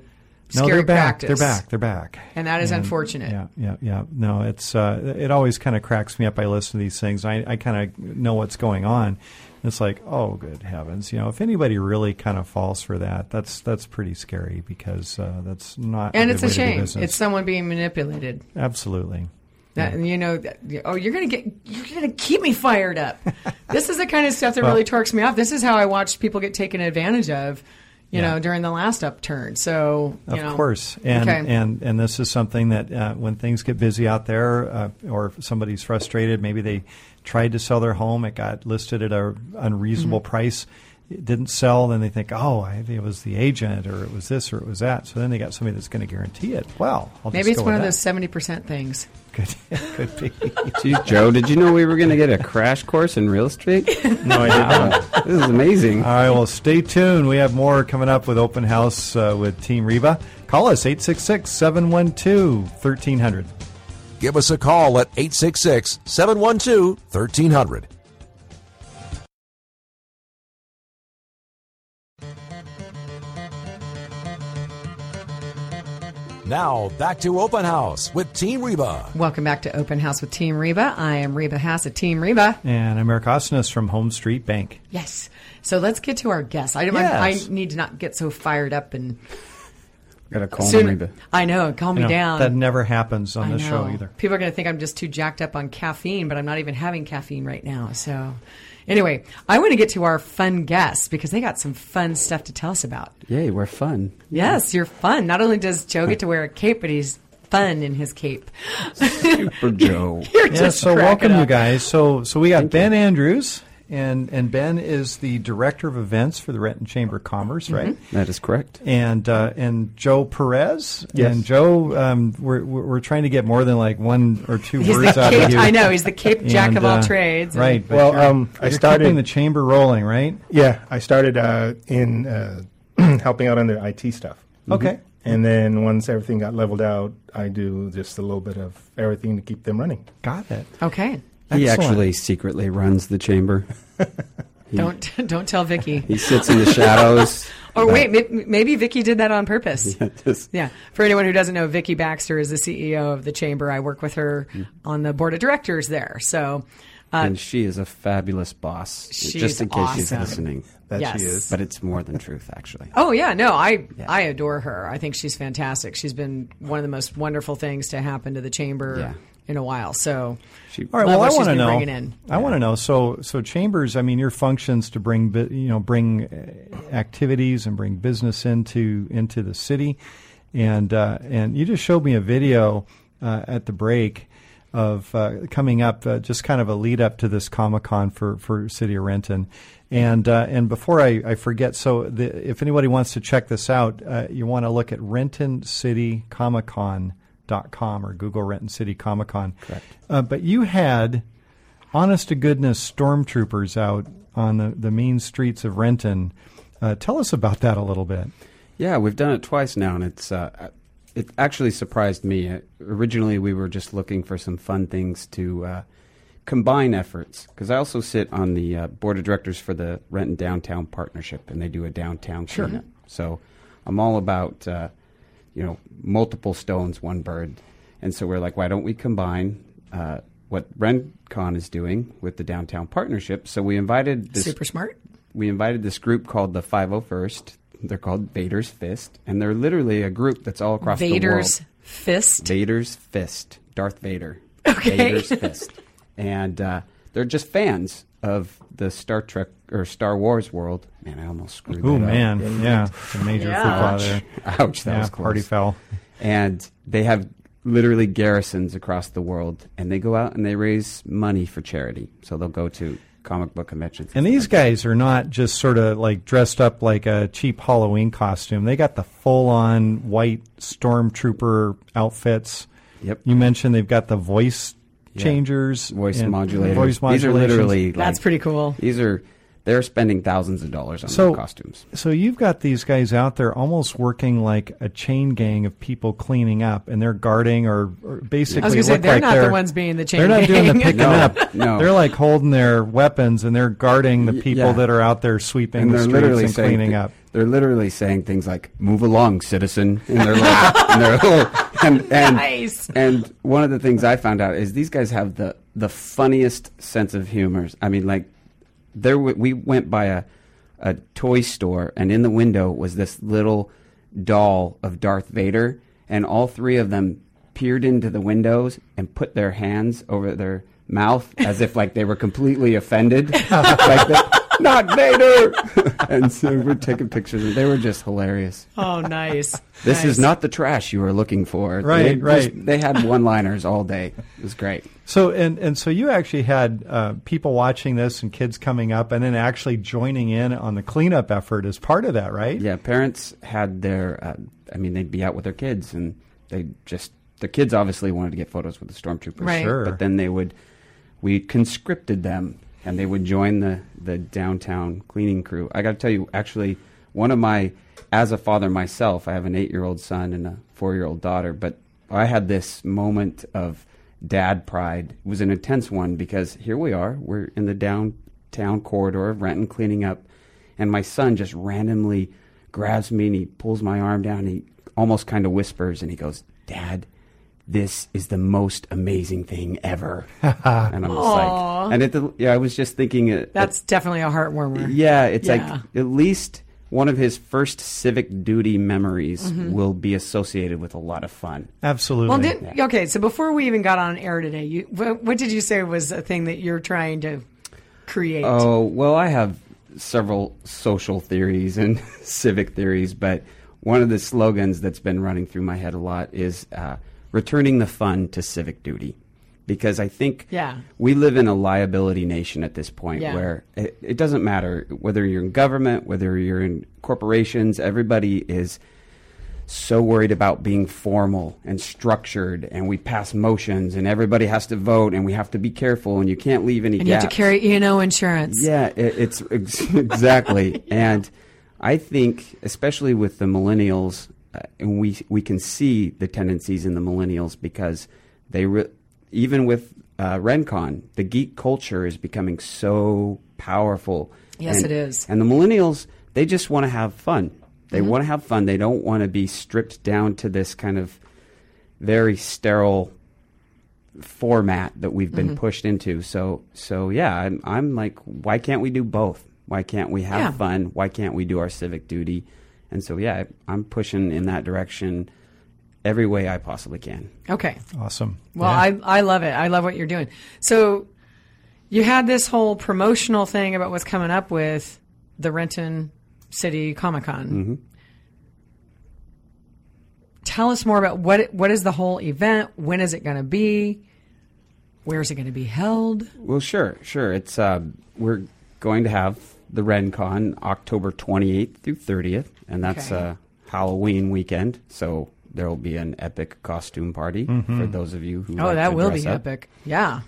B: scary
C: They're back.
B: practice.
C: They're back. They're back.
B: And that is unfortunate.
C: Yeah, yeah, yeah. No, it's uh, it always kind of cracks me up. I listen to these things. I, I kind of know what's going on. It's like, oh, good heavens! You know, if anybody really kind of falls for that, that's that's pretty scary because uh, that's not.
B: And
C: a
B: it's a
C: good way to do
B: shame.
C: business.
B: It's someone being manipulated.
C: absolutely.
B: That, You know, that- oh, you're gonna get, you're gonna keep me fired
C: *laughs*
B: up. this is the kind of stuff that really torques me off. This is how I watched people get taken advantage of, you
C: Yeah.
B: know, during the last upturn. So, you
C: Of
B: know.
C: course, and
B: Okay.
C: and and this is something that uh, when things get busy out there, uh, or if somebody's frustrated, maybe they tried to sell their home, it got listed at a unreasonable
B: Mm-hmm.
C: price, it didn't sell, then they think, oh, I, it was the agent, or it was this, or it was that. So then they got somebody that's going to guarantee it. Well, I'll just
B: maybe it's
C: go
B: one of
C: with
B: those seventy percent things.
C: that. Could, could be.
D: Jeez, Joe, did you know we were going to get a crash course in real estate?
E: No, I didn't.
D: Wow, this is amazing.
C: All right, well, stay tuned. We have more coming up with Open House uh, with Team Reba. Call us 866 712 1300.
A: Give us a call at 866 712 1300. Now, back to Open House with Team Reba.
B: Welcome back to Open House with Team Reba. I am Reba Hass at Team Reba.
C: And I'm Eric Osnes from Home Street Bank.
B: Yes. So let's get to our guest. I, I, I
C: Yes.
B: need to not get so fired up and
D: Got to call
B: soon.
D: him, Reba.
B: I know. Calm me
C: No,
B: down.
C: That never happens on
B: I
C: this show
B: know.
C: either.
B: People are going to think I'm just too jacked up on caffeine, but I'm not even having caffeine right now. So, anyway, I want to get to our fun guests because they got some fun stuff to tell us about.
D: Yay, we're fun.
B: Yes, you're fun. Not only does Joe get to wear a cape, but he's fun in his cape.
D: Super Joe.
B: You're
C: Yeah,
B: just
C: so
B: cracking
C: welcome you
B: up.
C: guys. So so we got Ben Andrews and and Ben is the director of events for the Renton Chamber of Commerce, right?
D: *laughs*
B: Mm-hmm.
D: That is correct.
C: And uh, and Joe Perez
E: Yes.
C: and Joe, um, we're we're we're trying to get more than like one or two
B: He's the
C: words out of
B: cape.
C: you.
B: I know he's the
C: *laughs*
B: cape jack
C: And,
B: of all
C: uh,
B: trades. And-
C: right? but
E: Well,
C: you're-
E: um, I
C: you're keeping
E: started- Mm-hmm.
C: the chamber rolling, right?
E: Yeah, I started uh, in uh, *clears throat* helping out on their IT stuff.
C: Okay.
E: And then once everything got leveled out, I do just a little bit of everything to keep them running.
C: Got it.
B: Okay.
D: He
C: Excellent.
D: actually secretly runs the chamber.
B: Don't *laughs* don't tell
C: *laughs*
B: Vicky.
D: He sits in the shadows.
B: Or wait, may- maybe Vicky did that on purpose.
D: Just-
B: Yeah. For anyone who doesn't know, Vicky Baxter is the CEO of the chamber. I work with her
D: Mm-hmm.
B: on the board of directors there. So, uh,
D: and she is a fabulous boss.
B: She's
D: just in case she's
B: awesome.
D: listening,
E: That
B: Yes.
E: she is.
D: but it's more than truth, actually.
B: oh yeah, no, I I adore her. I think she's fantastic. She's been one of the most wonderful things to happen to the chamber
D: Yeah.
B: in a while. So,
D: She,
C: All right.
B: Love
C: Well, I
B: what she's
C: want to
B: been
C: know.
B: bringing in.
C: I want to know. So, so chambers. I mean, your functions to bring, bu- you know, bring uh, activities and bring business into into the city, and uh, and you just showed me a video uh, at the break of uh, coming up, uh, just kind of a lead up to this Comic Con for for City of Renton, and uh, and before I, I forget, so the, if anybody wants to check this out, uh, you want to look at Renton City Comic Con. Dot com or Google Renton City Comic Con. Correct. Uh, but you had honest to goodness stormtroopers out on the, the mean streets of Renton. Uh, tell us about that a little bit.
D: Yeah, we've done it twice now, and it's uh, it actually surprised me. Uh, originally, we were just looking for some fun things to uh, combine efforts because I also sit on the uh, board of directors for the Renton Downtown Partnership, and they do a downtown cleanup. So I'm all about uh, you know multiple stones, one bird, and so we're like, why don't we combine? Uh, what RenCon is doing with the downtown partnership. So we invited this
B: super smart.
D: we invited this group called the 501st. They're called Vader's Fist, and they're literally a group that's all across
B: Vader's
D: the world.
B: fist.
D: Vader's Fist, Darth Vader.
B: Okay. *laughs*
D: Vader's Fist, and uh, they're just fans of the Star Trek or Star Wars world. Man, I almost screwed.
C: Oh
D: that up.
C: man, yeah, it's a major
B: Yeah.
C: football
B: Ouch.
C: there.
D: *laughs* Ouch, that
C: yeah,
D: was close.
C: party foul.
D: and they have literally garrisons across the world, and they go out and they raise money for charity. So they'll go to comic book conventions.
C: And these guys are not just sort of like dressed up like a cheap Halloween costume. They got the full on white stormtrooper outfits.
D: Yep.
C: You mentioned they've got the voice
D: Yeah.
C: changers,
D: Voice
C: and
D: modulators.
C: Voice
D: These are
C: modulations.
D: literally like,
B: That's pretty cool.
D: These are they're spending thousands of dollars on
C: So-
D: their costumes.
C: So you've got these guys out there almost working like a chain gang of people cleaning up, and they're guarding or, or basically
B: I was going to say
C: look
B: they're
C: like
B: not
C: they're,
B: the ones being the chain
C: They're not doing the
B: gang.
C: picking
D: *laughs* No,
C: up.
D: no.
C: They're like holding their weapons and they're guarding the
D: Y-
C: people
D: yeah.
C: that are out there sweeping the
D: they're
C: streets
D: literally
C: and
D: saying
C: cleaning
D: thi-
C: up.
D: They're literally saying things like "Move along, citizen," and they're little, and, they're little and, and,
B: Nice.
D: *laughs* and one of the things I found out is these guys have the the funniest sense of humor. I mean, like there w- we went by a a toy store, and in the window was this little doll of Darth Vader, and all three of them peered into the windows and put their hands over their mouth as if like they were completely offended. like the, not Vader. *laughs* and so we're taking pictures. And they were just hilarious.
B: Oh, nice.
D: *laughs* This is
B: Nice.
D: not the trash you were looking for.
C: Right,
D: They just-
C: right.
D: they had one-liners all day. It was great.
C: So and and so you actually had uh, people watching this and kids coming up and then actually joining in on the cleanup effort as part of that, right?
D: Yeah, parents had their. Uh, I mean, they'd be out with their kids, and they just the kids obviously wanted to get photos with the stormtroopers.
B: Right.
C: Sure.
D: But then they would, we conscripted them, and they would join the the downtown cleaning crew. I got to tell you, actually, one of my as a father myself, I have an eight year old son and a four year old daughter, but I had this moment of dad pride. It was an intense one because here we are, we're in the downtown corridor of Renton cleaning up and my son just randomly grabs me and he pulls my arm down and he almost kind of whispers and he goes, "Dad, this is the most amazing thing ever." and I'm just
B: Aw.
D: like, and it, yeah, I was just thinking, uh,
B: That's definitely a heart warmer.
D: yeah, it's
B: Yeah.
D: like at least one of his first civic duty memories
B: Mm-hmm.
D: will be associated with a lot of fun.
C: Absolutely.
B: Well, did, okay. So before we even got on air today, you what, what did you say was a thing that you're trying to create?
D: Oh, well, I have several social theories and *laughs* civic theories, but one of the slogans that's been running through my head a lot is uh, returning the fun to civic duty. Because I think
B: Yeah.
D: we live in a liability nation at this point
B: Yeah.
D: where it, it doesn't matter whether you're in government, whether you're in corporations, everybody is so worried about being formal and structured and we pass motions and everybody has to vote and we have to be careful and you can't leave any
B: and you have to
D: gaps.
B: carry E and O insurance.
D: Yeah, it, it's *laughs* ex- exactly.
B: *laughs*
D: And I think, especially with the millennials, uh, and we we can see the tendencies in the millennials because they re- even with uh, Rencon, the geek culture is becoming so powerful.
B: Yes,
D: And-
B: it is. Mm-hmm.
D: And the millennials, they just want to have fun. They want to have fun. They don't want to be stripped down to this kind of very sterile format that we've been
B: Mm-hmm.
D: pushed into. So so yeah, I'm I'm like, why can't we do both? Why can't we have
B: Yeah.
D: fun? Why can't we do our civic duty? And so yeah, I, I'm pushing in that direction every way I possibly can.
B: Okay.
C: awesome.
B: Well,
C: Yeah.
B: I I love it. I love what you're doing. So you had this whole promotional thing about what's coming up with the Renton City Comic Con.
D: Mm-hmm.
B: Tell us more about what what is the whole event? When is it going to be? Where is it going to be held?
D: Well, sure, sure. It's uh, we're going to have the RenCon October 28th through 30th, and that's
B: Okay.
D: uh, Halloween weekend. So there will be an epic costume party for those of you who.
B: Oh,
D: like
B: that
D: to
B: will
D: dress
B: be
D: up.
B: epic. Yeah.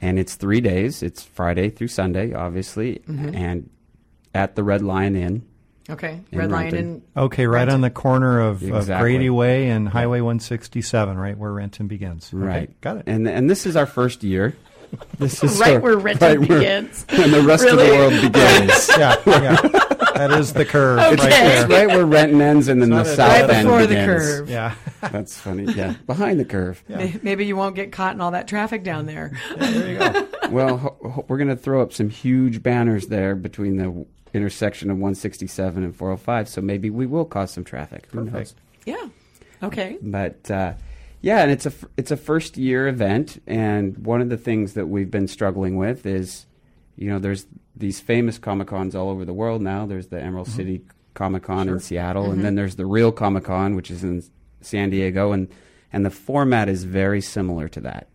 D: and it's three days. It's Friday through Sunday, obviously,
C: Mm-hmm.
D: and at the Red Lion Inn.
B: Okay.
D: In
B: Red Lion
D: Renton.
B: and
C: Okay, right on the corner of, of
D: Exactly.
C: Grady Way and Highway 167, right where Renton begins. Okay,
D: Right,
C: got it.
D: And and this is our first year. *laughs* This is
B: Right
D: our-
B: where Renton
D: right where-
B: begins.
D: and the rest of
B: Really?
D: the world begins.
C: yeah, yeah, that is the curve *laughs* right
B: Okay.
C: there.
D: It's right where Renton ends, and then the
C: not a-
D: south
B: right
D: end
B: before the
C: *laughs*
D: begins.
B: curve.
C: Yeah,
D: That's funny.
C: *laughs*
D: Yeah, behind the curve.
B: May- Maybe you won't get caught in all that traffic down there.
C: there you go.
D: Well, ho- ho- we're going to throw up some huge banners there between the w- intersection of 167 and 405, so maybe we will cause some traffic. Who knows?
C: Perfect.
B: yeah. Okay.
D: but uh, yeah, and it's a f- it's a first year event, and one of the things that we've been struggling with is, you know, there's these famous comic cons all over the world now. There's the Emerald City Comic Con in Seattle, and then there's the real Comic Con, which is in San Diego, and and the format is very similar to that,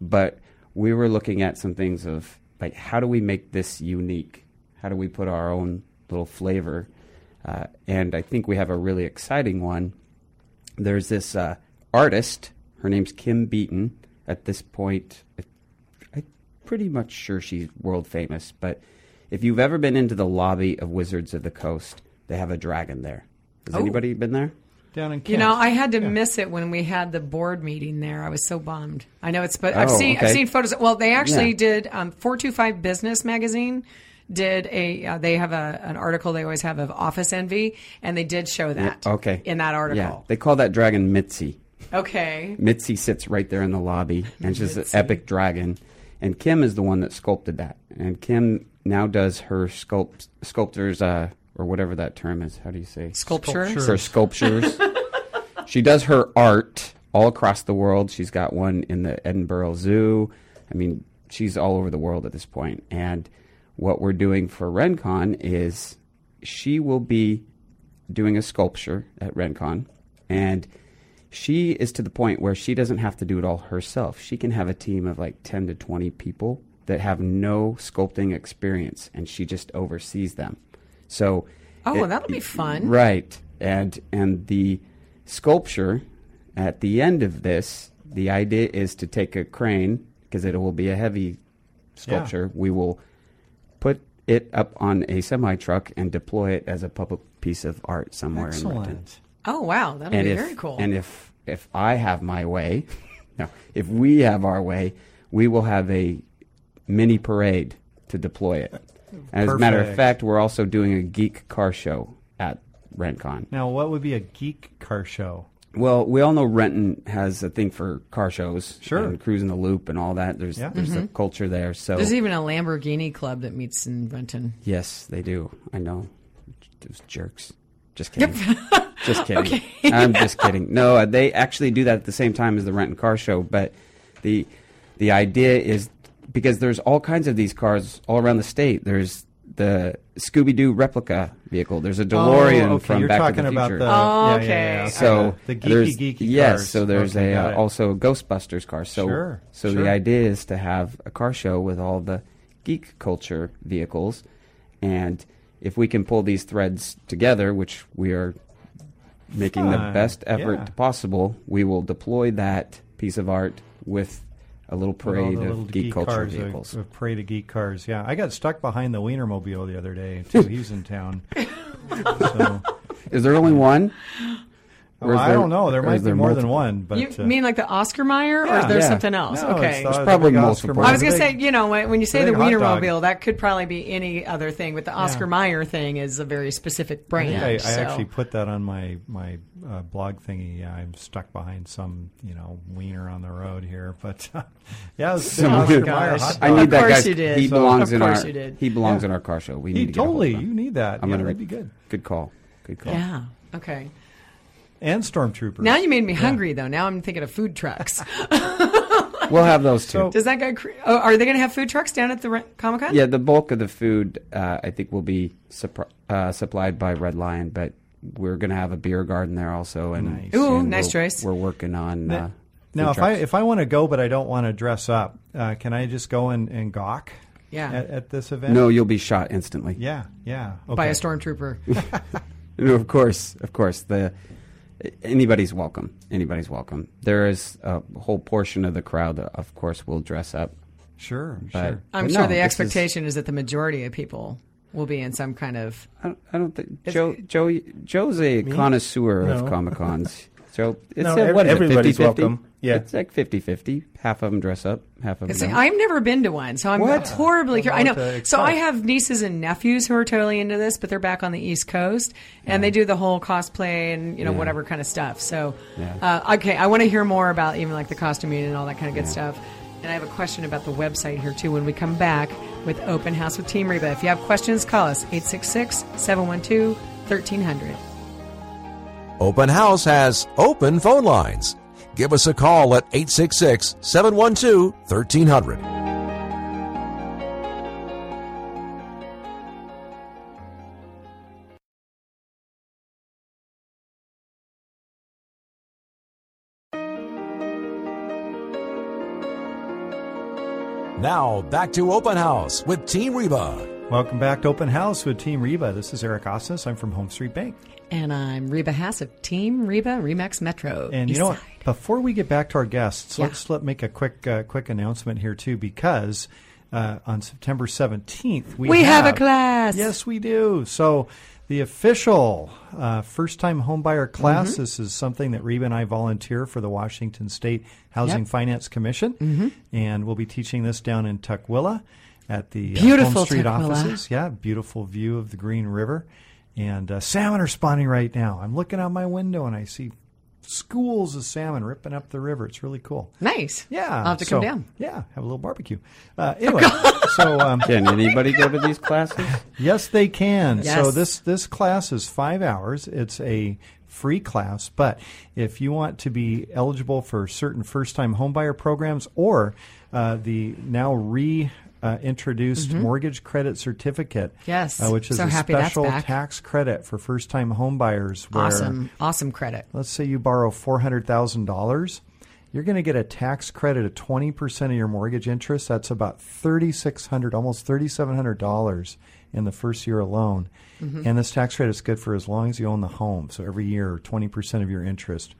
D: but we were looking at some things of like how do we make this unique? How do we put our own little flavor? Uh, and I think we have a really exciting one there's this uh, artist Her name's Kim Beaton. At this point, I- I'm pretty much sure she's world famous, but if you've ever been into the lobby of Wizards of the Coast, they have a dragon there. Has
B: Oh.
D: anybody been there?
C: Down in Kent.
B: You know, I had to miss it when we had the board meeting there. I was so bummed. I know it's, but I've
D: Oh,
B: seen I've
D: okay.
B: seen photos. Well, they actually
D: Yeah.
B: did um, four two five Business Magazine did a uh, they have a an article they always have of office envy, and they did show that.
D: Okay.
B: in that
D: Yeah.
B: article.
D: They call that dragon Mitzi.
B: Okay,
D: Mitzi sits right there in the lobby, and she's an epic dragon. And Kim is the one that sculpted that. And Kim now does her sculpt sculptors uh, or whatever that term is. How do you say
B: sculpture.
C: Sculpture.
D: her sculptures? she does her art all across the world. She's got one in the Edinburgh Zoo. I mean, she's all over the world at this point. And what we're doing for RenCon is she will be doing a sculpture at RenCon, and she is to the point where she doesn't have to do it all herself. She can have a team of like 10 to 20 people that have no sculpting experience, and she just oversees them. So,
B: Oh, that'll be fun.
D: Right. And and the sculpture at the end of this, the idea is to take a crane because it will be a heavy sculpture. We will put it up on a semi truck and deploy it as a public piece of art somewhere in Renton.
C: Excellent.
B: Oh wow, that'll
D: And
B: be
D: if,
B: very cool.
D: And if if I have my way, *laughs* no, if we have our way, we will have a mini parade to deploy it. As a matter of
C: Perfect.
D: fact, we're also doing a geek car show at RentCon.
C: Now, what would be a geek car show?
D: Well, we all know Renton has a thing for car shows,
C: Sure.
D: and cruising the loop and all that. There's
C: Yeah.
D: there's a culture there. So
B: There's even a Lamborghini club that meets in Renton.
D: yes, they do. I know those jerks. Just kidding. just kidding. I'm just kidding. No, uh, they actually do that at the same time as the Renton car show. But the the idea is because there's all kinds of these cars all around the state. There's the Scooby Doo replica vehicle. There's a DeLorean
C: Oh, okay.
D: from
C: You're
D: Back
C: talking
D: to the
C: about
D: Future.
C: the
B: Oh,
C: yeah, yeah, yeah,
B: okay.
C: okay.
D: So
C: Uh-huh. the geeky
D: there's-
C: geeky
D: Yes,
C: cars.
D: so there's
C: Okay,
D: a
C: got
D: uh,
C: it.
D: also a Ghostbusters car. So
C: Sure,
D: so
C: sure.
D: the idea is to have a car show with all the geek culture vehicles, and if we can pull these threads together, which we are making the
C: Fun,
D: best effort
C: yeah.
D: possible, we will deploy that piece of art with a little
C: With all
D: parade
C: the
D: of
C: little
D: geek, culture
C: cars, uh, a-
D: vehicles.
C: A, parade of geek cars. Yeah, I got stuck behind the Wienermobile the other day too. He's
B: *laughs*
C: in town. so,
D: Is there only one? Or is
C: Oh, I
D: there-
C: don't know. There
D: or
C: might
D: is
C: be more than
D: multiple?
C: one, but
B: you
C: uh,
B: mean like the Oscar Mayer, or is
C: yeah.
B: there
D: Yeah.
B: something else?
C: No, it's
B: okay.
C: the- the
D: probably
C: big
D: multiple.
C: Oscar
D: I
B: I
D: Or
B: was
D: the
B: going to
C: Mayer.
B: say, you know, when when you say the
C: big hot dog.
B: Wienermobile, that could probably be any other thing, but the Oscar Mayer thing is a very specific
C: I,
B: brand.
C: think I, I
B: so-
C: actually put that on my my uh, blog thingy. Yeah, I'm stuck behind some you know wiener on the road here, but uh, *laughs* yeah, it was
D: Some
C: Oscar
D: weird-
C: Mayer
B: Gosh.
C: hot
D: I
C: dog.
D: need that
B: course
D: guy.
B: you did.
D: He
B: So-
D: belongs
B: Of
D: in
B: course
D: our.
B: you did.
D: He belongs in our car show. We need
C: He-
D: to get a hold
C: totally,
D: of him.
C: you need that.
D: I'm
C: yeah,
D: gonna
C: that'd
D: re-
C: be good.
D: Good call. Good call.
B: yeah. Okay.
C: And stormtroopers.
B: Now you made me hungry, though. Now I'm thinking of food trucks. *laughs*
D: We'll have those two.
C: So-
B: Does that guy? Cre- oh, are they going to have food trucks down at the Comic Con?
D: yeah, the bulk of the food uh, I think will be supr- uh, supplied by Red Lion, but we're going to have a beer garden there also. And
C: Nice.
B: Ooh,
D: and
B: nice
D: we're,
B: choice.
D: We're working on. Uh,
C: Now,
D: food
C: if I
D: trucks.
C: if I want to go, but I don't want to dress up, uh, can I just go and, and gawk?
B: Yeah.
C: At, at this event.
D: no, you'll be shot instantly.
C: Yeah. Yeah. Okay.
B: By a stormtrooper.
C: *laughs*
D: No, *laughs* of course, of course. The anybody's welcome. Anybody's welcome. There is a whole portion of the crowd that, of course, will dress up.
C: Sure.
D: But,
C: Sure.
B: I'm
D: but
B: sure
D: no,
B: the
D: this is-
B: expectation is, that the majority of people will be in some kind of.
D: I don't, I don't think Joe Joe Joe's a connoisseur of
E: No.
D: Comic Cons. So it's
E: No,
D: uh,
E: ev-
D: what is it,
E: everybody's
D: 50-50?
E: welcome. Yeah.
D: it's like 50-50. Half of them dress up, half of them.
B: It's like, I've never been to one, so I'm
D: What?
B: horribly
C: Don't know
B: curious. I
C: what to
B: know. So I
C: expect.
B: have nieces and nephews who are totally into this, but they're back on the East Coast, and they do the whole cosplay and you know
D: Yeah.
B: whatever kind of stuff. So,
D: Yeah.
B: uh, okay, I want to hear more about even like the costuming and all that kind of good stuff. And I have a question about the website here too. When we come back with Open House with Team Reba, if you have questions, call us 866-712-1300.
A: Open House has open phone lines. Give us a call at 866 712 1300. Now, back to Open House with Team Reba.
C: Welcome back to Open House with Team Reba. This is Eric Osnes. I'm from Home Street Bank.
B: And I'm Reba Hass of Team Reba Remax Metro.
C: And you know what?
B: Eastside.
C: Before we get back to our guests,
B: Yeah.
C: let's let make a quick uh, quick announcement here too, because uh, on September seventeenth we
B: We have a class.
C: Yes, we do. So the official uh, first time homebuyer
B: Mm-hmm.
C: class. This is something that Reba and I volunteer for the Washington State Housing
B: Yep. Mm-hmm.
C: Finance Commission, and we'll be teaching this down in Tukwila at the uh,
B: Beautiful
C: Home Street
B: Tukwila.
C: offices. Yeah, beautiful view of the Green River. And uh, salmon are spawning right now. I'm looking out my window and I see schools of salmon ripping up the river. It's really cool.
B: Nice.
C: Yeah.
B: I'll have to
C: so-
B: come down.
C: Yeah, have a little barbecue. Uh,
B: *laughs*
C: anyway, so um,
D: Can anybody go to these classes?
C: yes, they can. So
B: Yes.
C: this this class is five hours. It's a free class, but if you want to be eligible for certain first time homebuyer programs or uh, the now re uh, introduced mortgage credit certificate,
B: Mm-hmm. Yes.
C: uh, which is
B: So
C: a
B: happy that's
C: special
B: back.
C: tax credit for first time homebuyers. Where
B: Awesome. Awesome credit.
C: let's say you borrow four hundred thousand dollars, you're going to get a tax credit of twenty percent of your mortgage interest. That's about thirty six hundred, almost thirty seven hundred dollars in the first year alone.
B: Mm-hmm.
C: And this tax credit is good for as long as you own the home. So every year, twenty percent of your interest,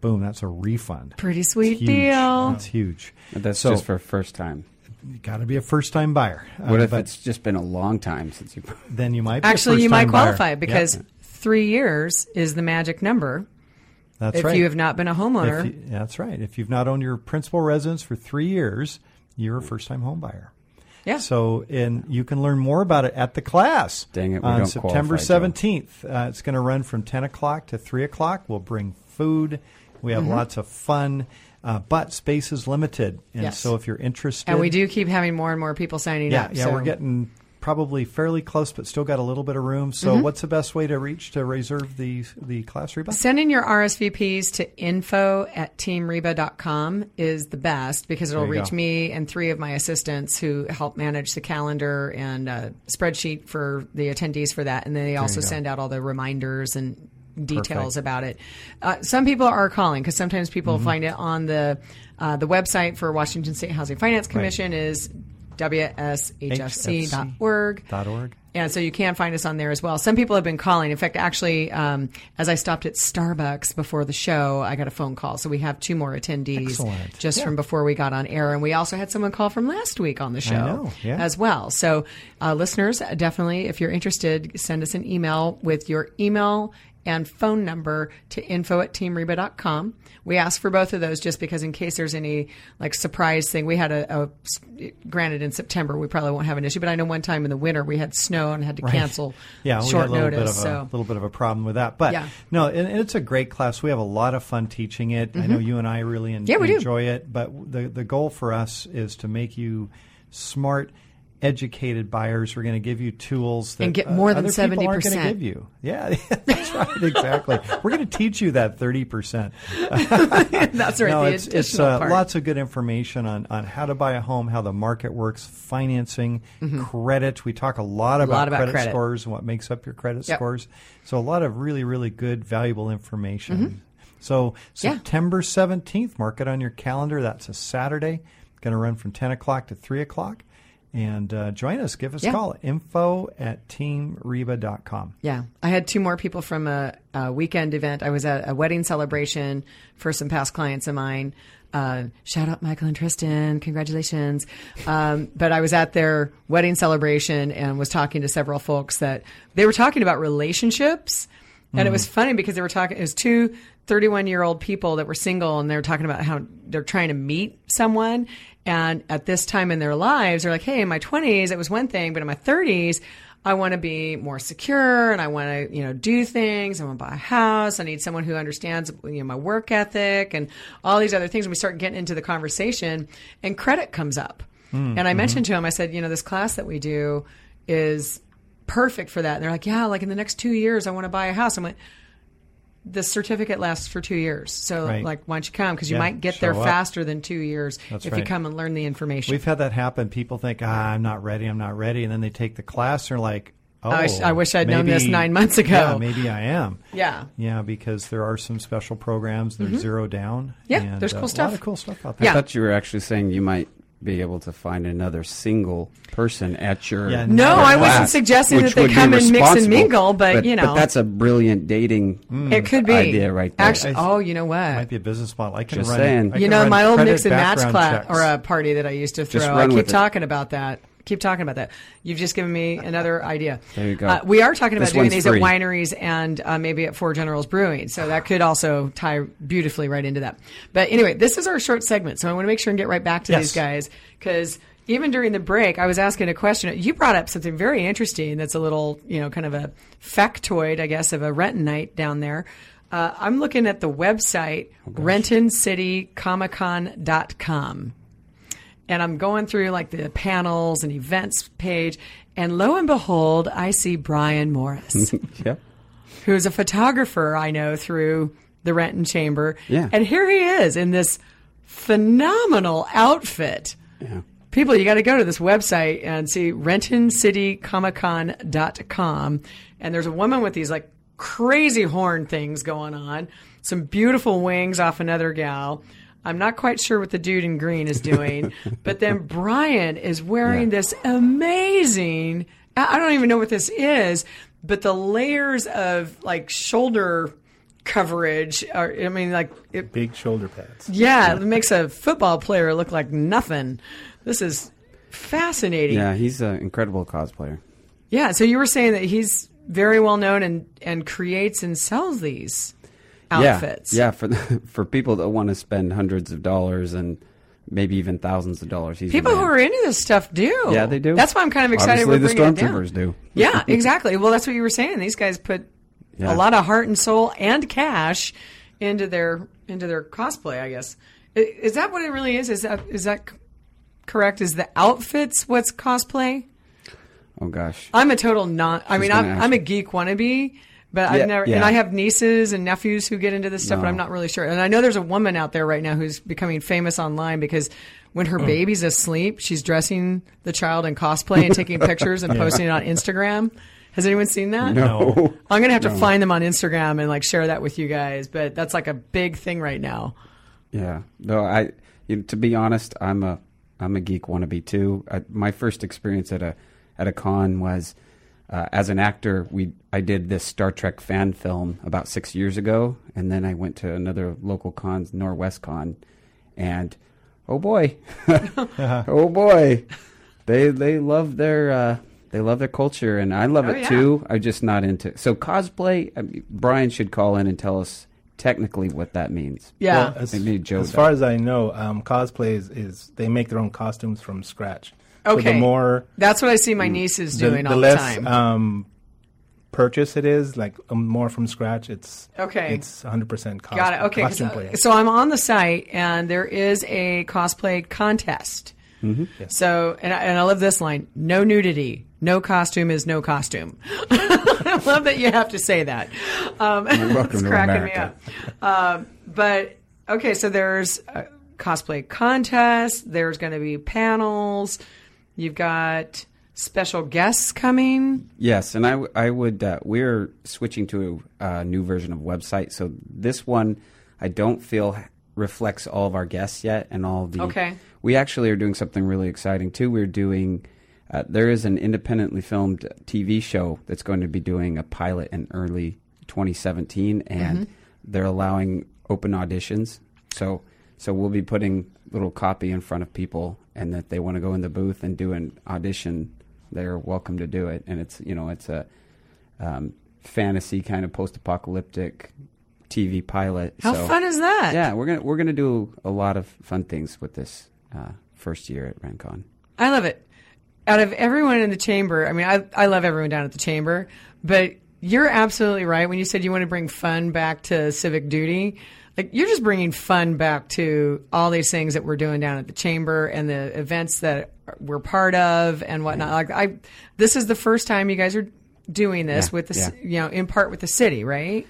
C: boom, that's a refund.
B: Pretty sweet
C: Huge.
B: deal.
C: That's huge.
D: That's
C: so
D: just for first time.
C: you got to be a first time buyer. Uh,
D: What if
C: but
D: it's just been a long time
B: *laughs*
D: since you?
C: then you might be a
B: Actually, you might
C: first-time buyer.
B: qualify
C: Yep,
B: because three years is the magic number
C: that's
B: if
C: right.
B: you have not been a homeowner.
C: If you- that's right. If you've not owned your principal residence for three years, you're a first time home buyer.
B: yeah.
C: So, and you can learn more about it at the class.
D: Dang it, we
C: on
D: don't
C: September
D: qualify, Joe.
C: seventeenth, uh, it's going to run from ten o'clock to three o'clock. We'll bring food. We have lots of fun, uh, but space is limited, and
B: Yes.
C: so if you're interested,
B: and we do keep having more and more people signing
C: Yeah,
B: up.
C: yeah,
B: so-
C: we're getting probably fairly close, but still got a little bit of room. So, what's the best way to reach to reserve the the class, Reba?
B: Send in your RSVPs to info at teamreba.com is the best because it'll
C: There you
B: reach
C: go.
B: me and three of my assistants who help manage the calendar and uh, spreadsheet for the attendees for that. And they also
C: go.
B: send out all the reminders and details
C: Perfect. Mm-hmm.
B: about it. Uh, some people are calling because sometimes people find it on the uh, the website for Washington State Housing Finance Commission is wshfc.org.
C: Dot org.
B: And so you can find us on there as well. Some people have been calling. In fact, actually, um, as I stopped at Starbucks before the show, I got a phone call. So we have two more attendees
C: Excellent.
B: just from before we got on air. And we also had someone call from last week on the show
C: know, yeah.
B: as well. So, uh, listeners, definitely, if you're interested, send us an email with your email and phone number to info at teamreba.com. We ask for both of those just because in case there's any like surprise thing, we had a, a granted in September, we probably won't have an issue, but I know one time in the winter we had snow and had to cancel
C: yeah, we
B: short
C: had a little
B: notice.
C: Bit of
B: so
C: a, little bit of a problem with that, but
B: Yeah.
C: no, and, and it's a great class. We have a lot of fun teaching it. I know you and I really en-
B: Mm-hmm. Yeah, we do.
C: enjoy it. But the the goal for us is to make you smart, educated buyers. We're going to give you tools that
B: And get
C: uh,
B: more than
C: other people aren't going to
B: 70%.
C: give you. Yeah, *laughs* that's right. Exactly. We're going to teach you that thirty percent
B: *laughs* that's right.
C: no,
B: the
C: it's,
B: additional
C: it's uh,
B: part.
C: lots of good information on, on how to buy a home, how the market works, financing, credit. We talk a lot about,
B: Mm-hmm. lot about
C: credit,
B: credit.
C: scores and what makes up your credit
B: Yep.
C: scores. So a lot of really, really good, valuable information. So
B: Mm-hmm. Yeah.
C: September 17th, mark it on your calendar. That's a Saturday. Going to run from 10 o'clock to 3 o'clock. And uh, join us. Give us a
B: Yeah.
C: call. Info at teamreba.com.
B: Yeah, I had two more people from a, a weekend event. I was at a wedding celebration for some past clients of mine. Uh, shout out Michael and Tristan, congratulations! Um, but I was at their wedding celebration and was talking to several folks that they were talking about relationships, and it was funny because they were talking. It was two 31 year old people that were single and they were talking about how they're trying to meet someone. And at this time in their lives, they're like, hey, in my 20s, it was one thing, but in my 30s, I want to be more secure and I want to, you know, do things. I want to buy a house. I need someone who understands, you know, my work ethic and all these other things. And we start getting into the conversation and credit comes up. and I mentioned to him, I said, you know, this class that we do is perfect for that. And they're like, yeah, like in the next two years, I want to buy a house. I went, the certificate lasts for two years. So,
C: Right.
B: like, why don't you come? Because you
C: Yeah,
B: might get there
C: show up.
B: faster than two years
C: That's
B: if you
C: right.
B: come and learn the information.
C: We've had that happen. People think, ah, I'm not ready, I'm not ready. And then they take the class and are like, oh,
B: I wish- I wish I'd known this nine months ago.
C: Yeah, maybe I am.
B: yeah. Mm-hmm.
C: Yeah, because there are some special programs. They're zero down.
B: Yeah,
C: and,
B: there's
C: uh,
B: cool
C: A lot
B: stuff.
C: of cool stuff out
D: I
C: there.
B: Yeah.
D: thought you were actually saying you might be able to find another single person at your
C: Yeah,
B: No,
D: your
B: I wasn't
D: class,
B: suggesting
D: which
B: that they
D: would be
B: come and mix and
D: responsible.
B: mingle, but, you know.
D: that's a brilliant dating.
B: It could be
D: idea right there.
B: Actually,
C: I-
B: oh, you know
C: Might
B: what?
C: be a business model. I can
D: Just
C: run.
D: saying.
C: I
D: You
B: You
C: can
B: know,
C: run
B: my old
C: credit
B: mix and match
C: background
B: class
C: checks.
B: or a party that I used to throw.
D: Just
B: I
D: run
B: keep
D: with it.
B: talking about that. Keep talking about that. You've just given me another idea.
D: There you go.
B: Uh, we are talking about
D: This
B: doing
D: one's
B: these
D: free.
B: at wineries and uh, maybe at Four Generals Brewing, so that could also tie beautifully right into that. But anyway, this is our short segment, so I want to make sure and get right back to
C: Yes.
B: these guys because. Even during the break, I was asking a question. You brought up something very interesting that's a little, you know, kind of a factoid, I guess, of a Rentonite down there. Uh, I'm looking at the website, RentonCityComicCon.com and I'm going through like the panels and events page, and lo and behold, I see Brian Morris,
D: *laughs* Yep.
B: who's a photographer I know through the Renton Chamber.
D: Yeah.
B: And here he is in this phenomenal outfit.
D: Yeah.
B: People, you got to go to this website and see RentonCityComicCon.com. And there's a woman with these like crazy horn things going on, some beautiful wings off another gal. I'm not quite sure what the dude in green is doing, but then Brian is wearing this amazing. I I don't even know what this is, but the layers of like shoulder coverage are, I mean, like it,
E: Big shoulder pads.
B: yeah, it makes a football player look like nothing. This is fascinating. Yeah.
D: Yeah, he's an incredible cosplayer.
B: so you were saying that he's very well known and, and creates and sells these outfits.
D: Yeah, yeah for the, *laughs* for people that want to spend hundreds of dollars and maybe even thousands of dollars. He's the
B: People who
D: man.
B: are into this stuff do.
D: Yeah, they do.
B: That's why I'm kind of excited.
D: Obviously,
B: we're
D: the
B: bringing it down.
D: stormtroopers do. *laughs*
B: yeah, exactly. Well, that's what you were saying. These guys put a
D: Yeah.
B: lot of heart and soul and cash into their into their cosplay. I guess I- is that what it really is? Is that is that c- correct? Is the outfits what's cosplay?
D: Oh gosh.
B: I'm a total non. I mean,
D: gonna
B: I'm,
D: ask
B: I'm a
D: you.
B: geek wannabe, but
D: Yeah,
B: I've never. And
D: yeah.
B: I have nieces and nephews who get into this stuff, but
D: No.
B: I'm not really sure. And I know there's a woman out there right now who's becoming famous online because when her baby's asleep, she's dressing the child in cosplay and taking pictures and posting it on Instagram. Has anyone seen that?
D: *laughs*
C: No.
B: I'm gonna have to find them on Instagram and like share that with you guys. But that's like a big thing right now.
D: Yeah. No, I. You know, to be honest, I'm a I'm a geek wannabe too. I, my first experience at a at a con was uh, as an actor. We I did this Star Trek fan film about six years ago, and then I went to another local con, Norwest Con, and oh boy, oh boy, they they love their. Uh, they love their culture, and I love
B: Oh,
D: it
B: yeah.
D: too. I'm just not into so cosplay. I mean, Brian should call in and tell us technically what that means.
B: Yeah.
E: as,
D: Maybe Joe
E: as far as I know, um, cosplay is, is they make their own costumes from scratch. So
B: Okay.
E: the more
B: that's what I see my nieces
E: the,
B: doing
E: the
B: all the
E: less
B: time.
E: um, purchase it is, like um, more from scratch, it's
B: Okay.
E: It's 100 percent cos-
B: Got it. Okay. 'cause,
E: costume
B: uh,
E: play.
B: so I'm on the site, and there is a cosplay contest.
D: Mm-hmm.
B: So, and I, and I love this line: "No nudity, no costume is no costume." *laughs* I love that you have to say that. Um, *laughs*
D: welcome
B: it's
D: to
B: cracking
D: America.
B: me up. Um, but okay, so there's a cosplay contest. There's going to be panels. You've got special guests coming.
D: Yes, and I, w- I would. Uh, we're switching to a new version of website, so this one I don't feel h- reflects all of our guests yet, and all the.
B: Okay.
D: We actually are doing something really exciting too. We're doing. Uh, there is an independently filmed TV show that's going to be doing a pilot in early 2017, and
B: Mm-hmm.
D: they're allowing open auditions. So, so we'll be putting little copy in front of people, and that they want to go in the booth and do an audition they're welcome to do it. And it's you know it's a um, fantasy kind of post-apocalyptic TV pilot.
B: How
D: so,
B: fun is that?
D: Yeah, we're gonna we're gonna do a lot of fun things with this uh, first year at Rancon.
B: I love it. Out of everyone in the chamber, I mean, I, I love everyone down at the chamber, but you're absolutely right when you said you want to bring fun back to civic duty. Like you're just bringing fun back to all these things that we're doing down at the chamber and the events that we're part of and whatnot. Like I, this is the first time you guys are doing this
D: Yeah,
B: with the, c
D: yeah.
B: you know, in part with the city, right?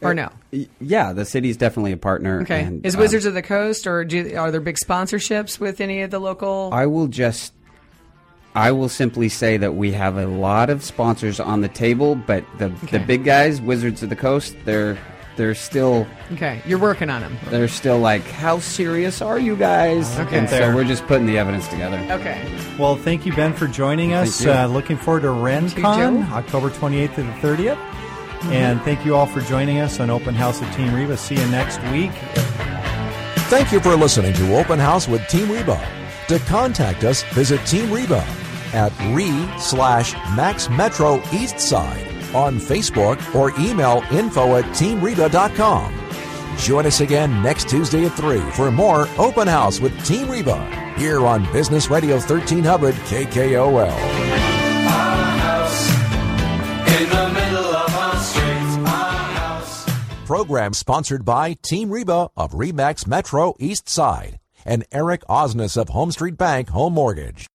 B: Or no?
D: Y- Yeah, the city's definitely a partner.
B: Okay.
D: and,
B: is
D: um,
B: Wizards of the Coast or do, are there big sponsorships with any of the local?
D: I will just. I will simply say that we have a lot of sponsors on the table, but the the
B: Okay.
D: big guys, Wizards of the Coast, they're they're still
B: Okay, you're working on them.
D: they're still like, how serious are you guys?
B: Okay.
D: And so
C: Fair.
D: we're just putting the evidence together.
B: Okay.
C: Well, thank you, Ben, for joining us.
D: you.
C: Uh, looking forward to
B: Joe. Mm-hmm.
C: RenCon, October 28th to the 30th. And thank you all for joining us on Open House at Team Reba. See you next week.
A: Thank you for listening to Open House with Team Reba. To contact us, visit Team Reba at re slash Max Metro East Side on Facebook or email info at teamreba.com. Join us again next Tuesday at 3 for more Open House with Team Reba here on Business Radio 1300 KKOL.
F: In the middle of our street, our house.
A: Program sponsored by Team Reba of Remax Metro East Side and Eric Osnes of Home Street Bank Home Mortgage.